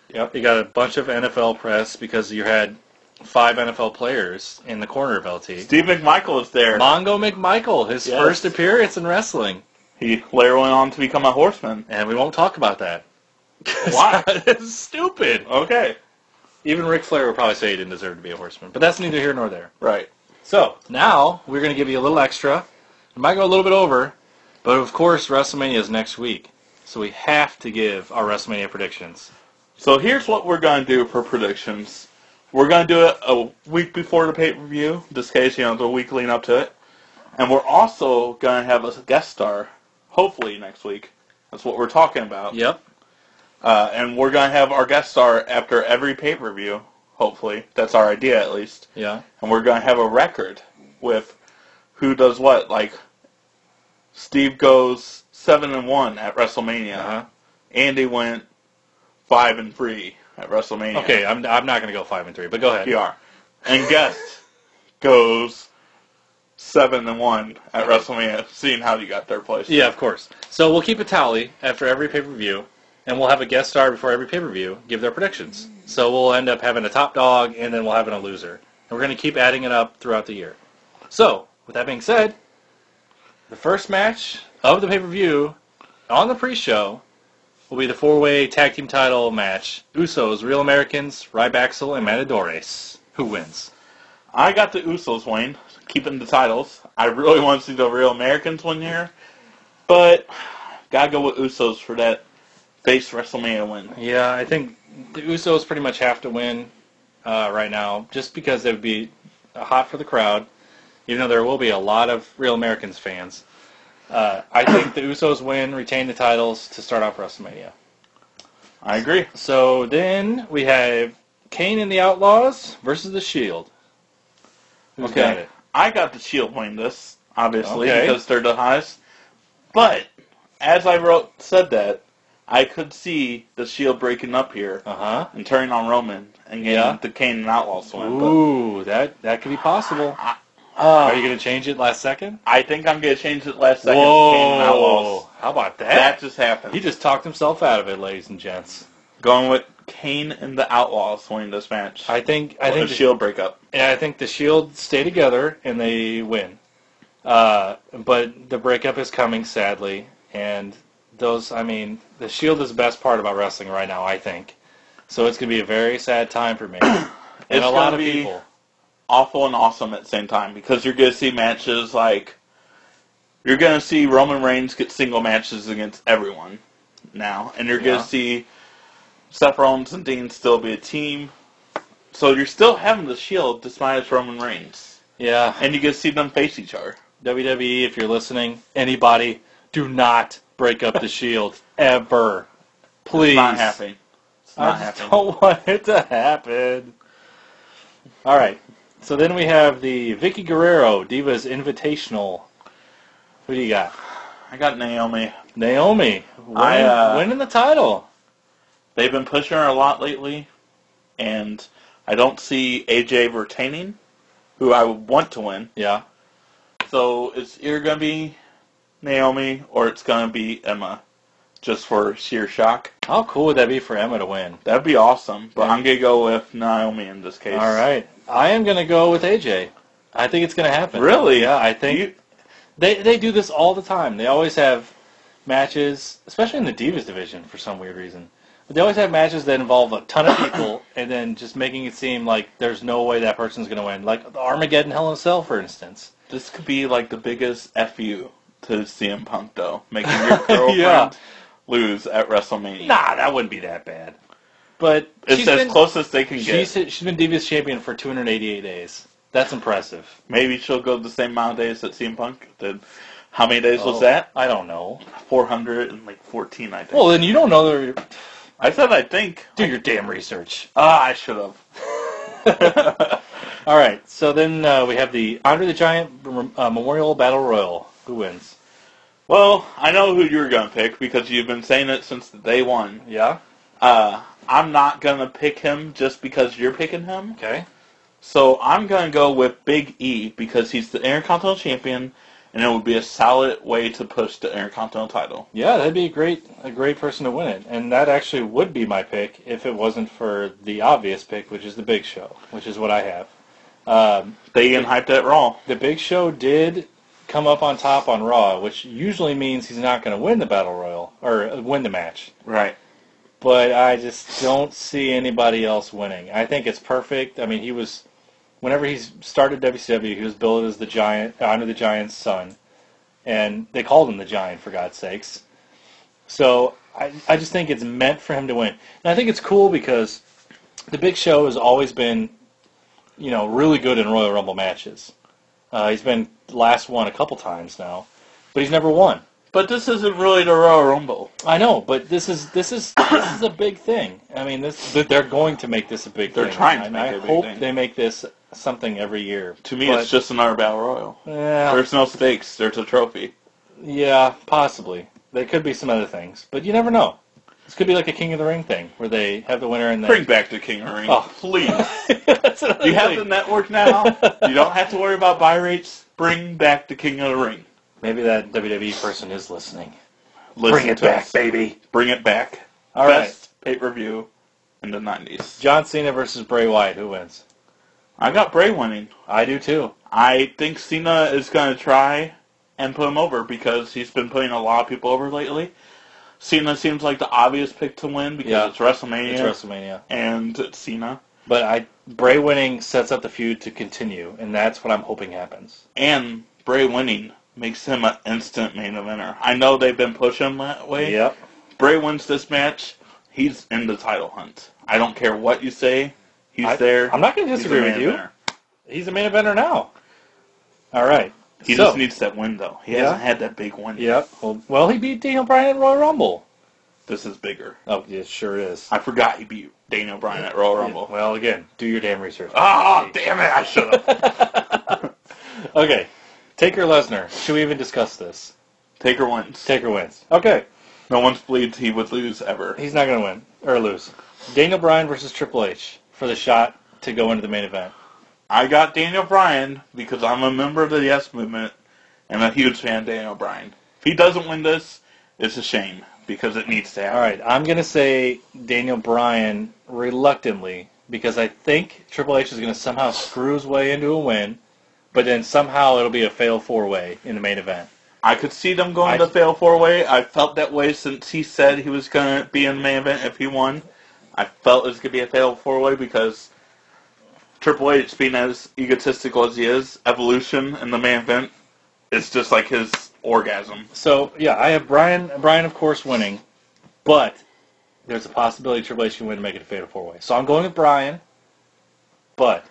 Speaker 3: Yep.
Speaker 2: It got a bunch of NFL press because you had five NFL players in the corner of LT.
Speaker 3: Steve McMichael was there.
Speaker 2: Mongo McMichael, his
Speaker 3: Yes.
Speaker 2: first appearance in wrestling.
Speaker 3: He later went on to become a horseman.
Speaker 2: And we won't talk about that.
Speaker 3: Why?
Speaker 2: It's stupid.
Speaker 3: Okay.
Speaker 2: Even Ric Flair would probably say he didn't deserve to be a horseman. But that's neither here nor there.
Speaker 3: Right.
Speaker 2: So now we're going to give you a little extra. It might go a little bit over, but of course WrestleMania is next week, so we have to give our WrestleMania predictions.
Speaker 3: So here's what we're going to do for predictions. We're going to do it a week before the pay-per-view, in this case, you know, the week leading up to it. And we're also going to have a guest star, hopefully next week. That's what we're talking about.
Speaker 2: Yep.
Speaker 3: Uh, and we're going to have our guest star after every pay-per-view, hopefully. That's our idea, at least.
Speaker 2: Yeah.
Speaker 3: and we're going to have a record with who does what. Like Steve goes seven and one at WrestleMania.
Speaker 2: Uh-huh.
Speaker 3: Andy went five and three at WrestleMania.
Speaker 2: Okay, I'm, I'm not going to go five and three, but go ahead.
Speaker 3: PR. And guest goes seven and one at WrestleMania. Seeing how you got third place.
Speaker 2: Yeah, of course. So we'll keep a tally after every pay per view, and we'll have a guest star before every pay per view give their predictions. So we'll end up having a top dog, and then we'll have a loser, and we're going to keep adding it up throughout the year. So with that being said, the first match of the pay per view on the pre show will be the four way tag team title match: Usos, Real Americans, Rybacksel, and Matadores. Who wins?
Speaker 3: I got the Usos, Wayne, keeping the titles. I really want to see the real Americans win here, but gotta go with Usos for that base WrestleMania win.
Speaker 2: Yeah, I think the Usos pretty much have to win uh, right now, just because it would be hot for the crowd. Even though there will be a lot of real Americans fans, uh, I think the Usos win, retain the titles to start off WrestleMania.
Speaker 3: I agree.
Speaker 2: So then we have Kane and the Outlaws versus the Shield. Who's
Speaker 3: Okay.
Speaker 2: got it?
Speaker 3: I got the Shield winning this, obviously,
Speaker 2: Okay.
Speaker 3: because they're the highest. But as I wrote said that, I could see the Shield breaking up here
Speaker 2: Uh
Speaker 3: and turning on Roman and getting
Speaker 2: Yeah.
Speaker 3: the Kane and Outlaws
Speaker 2: huh.
Speaker 3: win. But,
Speaker 2: Ooh, that that could be possible. Are you
Speaker 3: uh,
Speaker 2: gonna change it last second?
Speaker 3: I think I'm gonna change it last second. to Kane and Outlaws.
Speaker 2: How about
Speaker 3: That
Speaker 2: that?
Speaker 3: just happened.
Speaker 2: He just talked himself out of it, ladies and gents.
Speaker 3: going with Kane and the Outlaws winning this match.
Speaker 2: I think I
Speaker 3: With
Speaker 2: think
Speaker 3: the
Speaker 2: the-
Speaker 3: Shield breakup.
Speaker 2: and I think the Shield stay together and they win. Uh, but the breakup is coming, sadly. And those, I mean, the Shield is the best part about wrestling right now, I think. So it's going to be a very sad time for me and
Speaker 3: It's
Speaker 2: a lot
Speaker 3: gonna
Speaker 2: of
Speaker 3: be-
Speaker 2: people.
Speaker 3: awful and awesome at the same time because you're going to see matches like you're going to see Roman Reigns get single matches against everyone now, and you're going
Speaker 2: Yeah.
Speaker 3: to see Seth Rollins and Dean still be a team. So you're still having the Shield despite it's Roman Reigns,
Speaker 2: Yeah,
Speaker 3: and you get to see them face each other.
Speaker 2: WWE, if you're listening, anybody, do not break up the Shield ever, please.
Speaker 3: It's not happening. It's not
Speaker 2: I just
Speaker 3: happening.
Speaker 2: don't want it to happen. All right. So then we have the Vicky Guerrero Divas Invitational. Who do you got?
Speaker 3: I got Naomi.
Speaker 2: Naomi. Win,
Speaker 3: I, uh,
Speaker 2: winning the title.
Speaker 3: They've been pushing her a lot lately, and I don't see AJ retaining, who I would want to win.
Speaker 2: Yeah.
Speaker 3: So it's either gonna be Naomi or it's gonna be Emma, just for sheer shock.
Speaker 2: How cool would that be for Emma to win?
Speaker 3: That'd be awesome, but I'm gonna go with Naomi in this case.
Speaker 2: All right. I am going to go with AJ. I think it's going to happen.
Speaker 3: Really?
Speaker 2: Yeah, I think.
Speaker 3: You-
Speaker 2: They, they do this all the time. They always have matches, especially in the Divas division for some weird reason. But they always have matches that involve a ton of people and then just making it seem like there's no way that person's going to win. Like the Armageddon Hell in a Cell, for instance.
Speaker 3: This could be like the biggest fu to CM Punk though, making your girlfriend
Speaker 2: Yeah.
Speaker 3: lose at WrestleMania.
Speaker 2: Nah, that wouldn't be that bad. But
Speaker 3: it's
Speaker 2: she's
Speaker 3: as
Speaker 2: been,
Speaker 3: close as they can get.
Speaker 2: She's, she's been Devious Champion for 288 days. That's impressive.
Speaker 3: Maybe she'll go the same amount of days that CM Punk did. How many days
Speaker 2: Oh,
Speaker 3: was that?
Speaker 2: I don't know.
Speaker 3: Four hundred and like fourteen, I think.
Speaker 2: Well, then you don't know. the-
Speaker 3: I said I think.
Speaker 2: Do your damn research.
Speaker 3: Ah, I should have.
Speaker 2: All right. So then uh, we have the Andre the Giant uh, Memorial Battle Royal. Who wins?
Speaker 3: Well, I know who you're gonna pick because you've been saying it since day one.
Speaker 2: Yeah.
Speaker 3: Uh, I'm not gonna pick him just because you're picking him.
Speaker 2: Okay.
Speaker 3: So I'm gonna go with Big E because he's the Intercontinental Champion, and it would be a solid way to push the Intercontinental title.
Speaker 2: Yeah, that'd be a great a great person to win it, and that actually would be my pick if it wasn't for the obvious pick, which is the Big Show, which is what I have. Um,
Speaker 3: They even hyped that Raw.
Speaker 2: the Big Show did come up on top on Raw, which usually means he's not going to win the Battle Royal or uh, win the match.
Speaker 3: Right.
Speaker 2: But I just don't see anybody else winning. I think it's perfect. I mean, he was whenever he started WCW, he was billed as the Giant, uh, under the Giant's son, and they called him the Giant for God's sakes. So I, I just think it's meant for him to win. And I think it's cool because the Big Show has always been, you know, really good in Royal Rumble matches. Uh, he's been last one a couple times now, but he's never won.
Speaker 3: But this isn't really the Royal Rumble.
Speaker 2: I know, but this is this is this is a big thing. I mean, this that they're going to make this a big
Speaker 3: They're
Speaker 2: thing.
Speaker 3: trying to
Speaker 2: and
Speaker 3: make
Speaker 2: I
Speaker 3: it a big
Speaker 2: hope
Speaker 3: thing.
Speaker 2: they make this something every year.
Speaker 3: To me,
Speaker 2: But-
Speaker 3: it's just another Battle Royal.
Speaker 2: yeah,
Speaker 3: There's no stakes. There's a trophy.
Speaker 2: yeah, possibly. There could be some other things, but you never know. This could be like a King of the Ring thing where they have the winner and then
Speaker 3: Bring back the King of the Ring,
Speaker 2: Oh.
Speaker 3: please.
Speaker 2: That's another
Speaker 3: you have
Speaker 2: thing.
Speaker 3: the network now. you don't have to worry about buy rates. Bring back the King of the Ring.
Speaker 2: Maybe that WWE person is listening.
Speaker 3: Listen
Speaker 2: Bring it
Speaker 3: to
Speaker 2: back,
Speaker 3: us.
Speaker 2: baby.
Speaker 3: Bring it back.
Speaker 2: All right,
Speaker 3: Best pay per view in the '90s.
Speaker 2: John Cena versus Bray Wyatt. Who wins?
Speaker 3: I got Bray winning.
Speaker 2: I do too.
Speaker 3: I think Cena is going to try and put him over because he's been putting a lot of people over lately. Cena seems like the obvious pick to win because
Speaker 2: Yeah.
Speaker 3: it's WrestleMania
Speaker 2: It's WrestleMania.
Speaker 3: and it's Cena.
Speaker 2: But I Bray winning sets up the feud to continue, and that's what I'm hoping happens.
Speaker 3: And Bray winning makes him an instant main eventer. I know they've been pushing him that way.
Speaker 2: Yep.
Speaker 3: Bray wins this match, he's in the title hunt. I don't care what you say, he's
Speaker 2: I-
Speaker 3: there.
Speaker 2: I'm not going to
Speaker 3: He's a
Speaker 2: disagree with
Speaker 3: main
Speaker 2: you.
Speaker 3: eventer.
Speaker 2: He's a main eventer now. All right.
Speaker 3: He
Speaker 2: so,
Speaker 3: just needs that win though. He
Speaker 2: Yeah.
Speaker 3: hasn't had that big win. yet.
Speaker 2: Yep. Well, well, he beat Daniel Bryan at Royal Rumble.
Speaker 3: This is bigger.
Speaker 2: Oh, it sure is.
Speaker 3: I forgot he beat Daniel Bryan at Royal Rumble.
Speaker 2: Well, again, do your damn research.
Speaker 3: Oh, damn it! I should have.
Speaker 2: Okay. Taker Lesnar. Should we even discuss this?
Speaker 3: Taker wins.
Speaker 2: Taker wins. Okay.
Speaker 3: No one believes he would lose ever.
Speaker 2: He's not going to win or lose. Daniel Bryan versus Triple H for the shot to go into the main event.
Speaker 3: I got Daniel Bryan because I'm a member of the Yes Movement and a huge fan of Daniel Bryan. If he doesn't win this, it's a shame because it needs to happen.
Speaker 2: All right, I'm going to say Daniel Bryan reluctantly because I think Triple H is going to somehow screw his way into a win, but then somehow it'll be a fail four way in the main event.
Speaker 3: I could see them going
Speaker 2: I-
Speaker 3: to fail four way. I felt that way since he said he was going to be in the main event if he won. I felt it was going to be a fail four way because Triple H, being as egotistical as he is, evolution in the main event is just like his orgasm.
Speaker 2: So yeah, I have Bryan. Bryan, of course, winning, but there's a possibility Triple H can win and make it a fatal four way. So I'm going with Bryan, but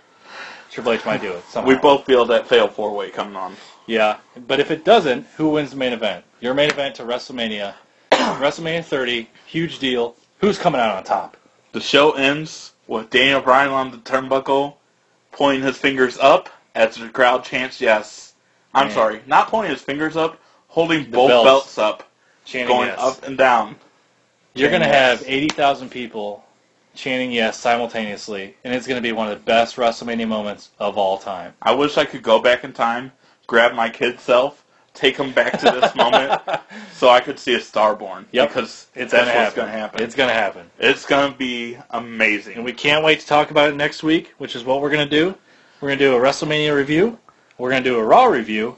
Speaker 2: Triple H might do it. Somehow.
Speaker 3: We both feel that fail four way coming on.
Speaker 2: Yeah, but if it doesn't, who wins the main event? Your main event to WrestleMania, WrestleMania 30, huge deal. Who's coming out on top?
Speaker 3: The show ends with Daniel Bryan on the turnbuckle, pointing his fingers up as the crowd chants yes. I'm
Speaker 2: Man.
Speaker 3: sorry, not pointing his fingers up, holding both
Speaker 2: belts.
Speaker 3: belts up,
Speaker 2: Chanting
Speaker 3: going
Speaker 2: yes.
Speaker 3: up and down.
Speaker 2: You're going to
Speaker 3: chanting yes.
Speaker 2: have 80,000 people chanting yes simultaneously, and it's going to be one of the best WrestleMania moments of all time.
Speaker 3: I wish I could go back in time, grab my kid self, take him back to this moment, so I could see a star born.
Speaker 2: Yep.
Speaker 3: Because
Speaker 2: It's
Speaker 3: that's
Speaker 2: gonna
Speaker 3: what's
Speaker 2: happen.
Speaker 3: going to happen.
Speaker 2: It's going to happen.
Speaker 3: It's going to be amazing.
Speaker 2: And we can't wait to talk about it next week, which is what we're going to do. We're going to do a WrestleMania review, we're going to do a Raw review,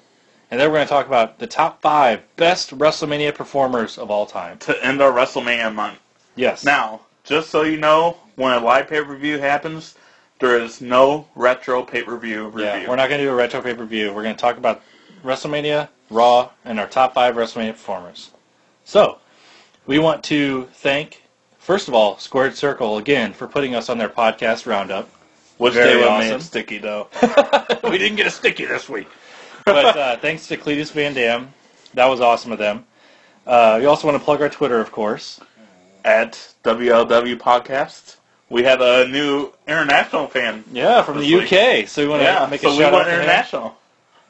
Speaker 2: and then we're going to talk about the top five best WrestleMania performers of all time.
Speaker 3: to end our WrestleMania month.
Speaker 2: Yes.
Speaker 3: Now, just so you know, when a live pay per view happens, there is no retro pay per view review.
Speaker 2: Yeah, we're not going to do a retro pay per view. We're going to talk about WrestleMania, Raw, and our top five WrestleMania performers. So, we want to thank, first of all, Squared Circle again for putting us on their podcast roundup.
Speaker 3: Which
Speaker 2: Very
Speaker 3: they would
Speaker 2: awesome.
Speaker 3: make it sticky though.
Speaker 2: we didn't get a sticky this week. But uh, thanks to Cletus Van Dam. That was awesome of them. Uh, we also want to plug our Twitter, of course.
Speaker 3: At WLW Podcast, we had a new international fan.
Speaker 2: Yeah, from the
Speaker 3: This
Speaker 2: UK. So we want to
Speaker 3: Yeah,
Speaker 2: make a
Speaker 3: so we
Speaker 2: shout out
Speaker 3: went
Speaker 2: to him.
Speaker 3: international.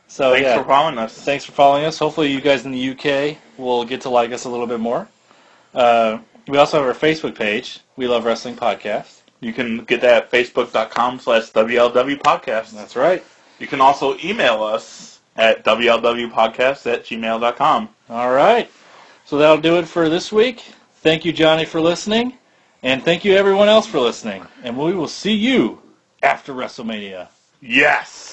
Speaker 2: So
Speaker 3: Thanks
Speaker 2: yeah,
Speaker 3: for following us.
Speaker 2: thanks for following us. Hopefully, you guys in the UK will get to like us a little bit more. Uh, we also have our Facebook page, We Love Wrestling Podcast.
Speaker 3: You can get that at facebook.com slash WLW Podcast.
Speaker 2: That's right.
Speaker 3: You can also email us at WLWpodcast at gmail.com.
Speaker 2: All right. So that'll do it for this week. Thank you, Johnny, for listening. And thank you, everyone else, for listening. And we will see you after WrestleMania.
Speaker 3: Yes!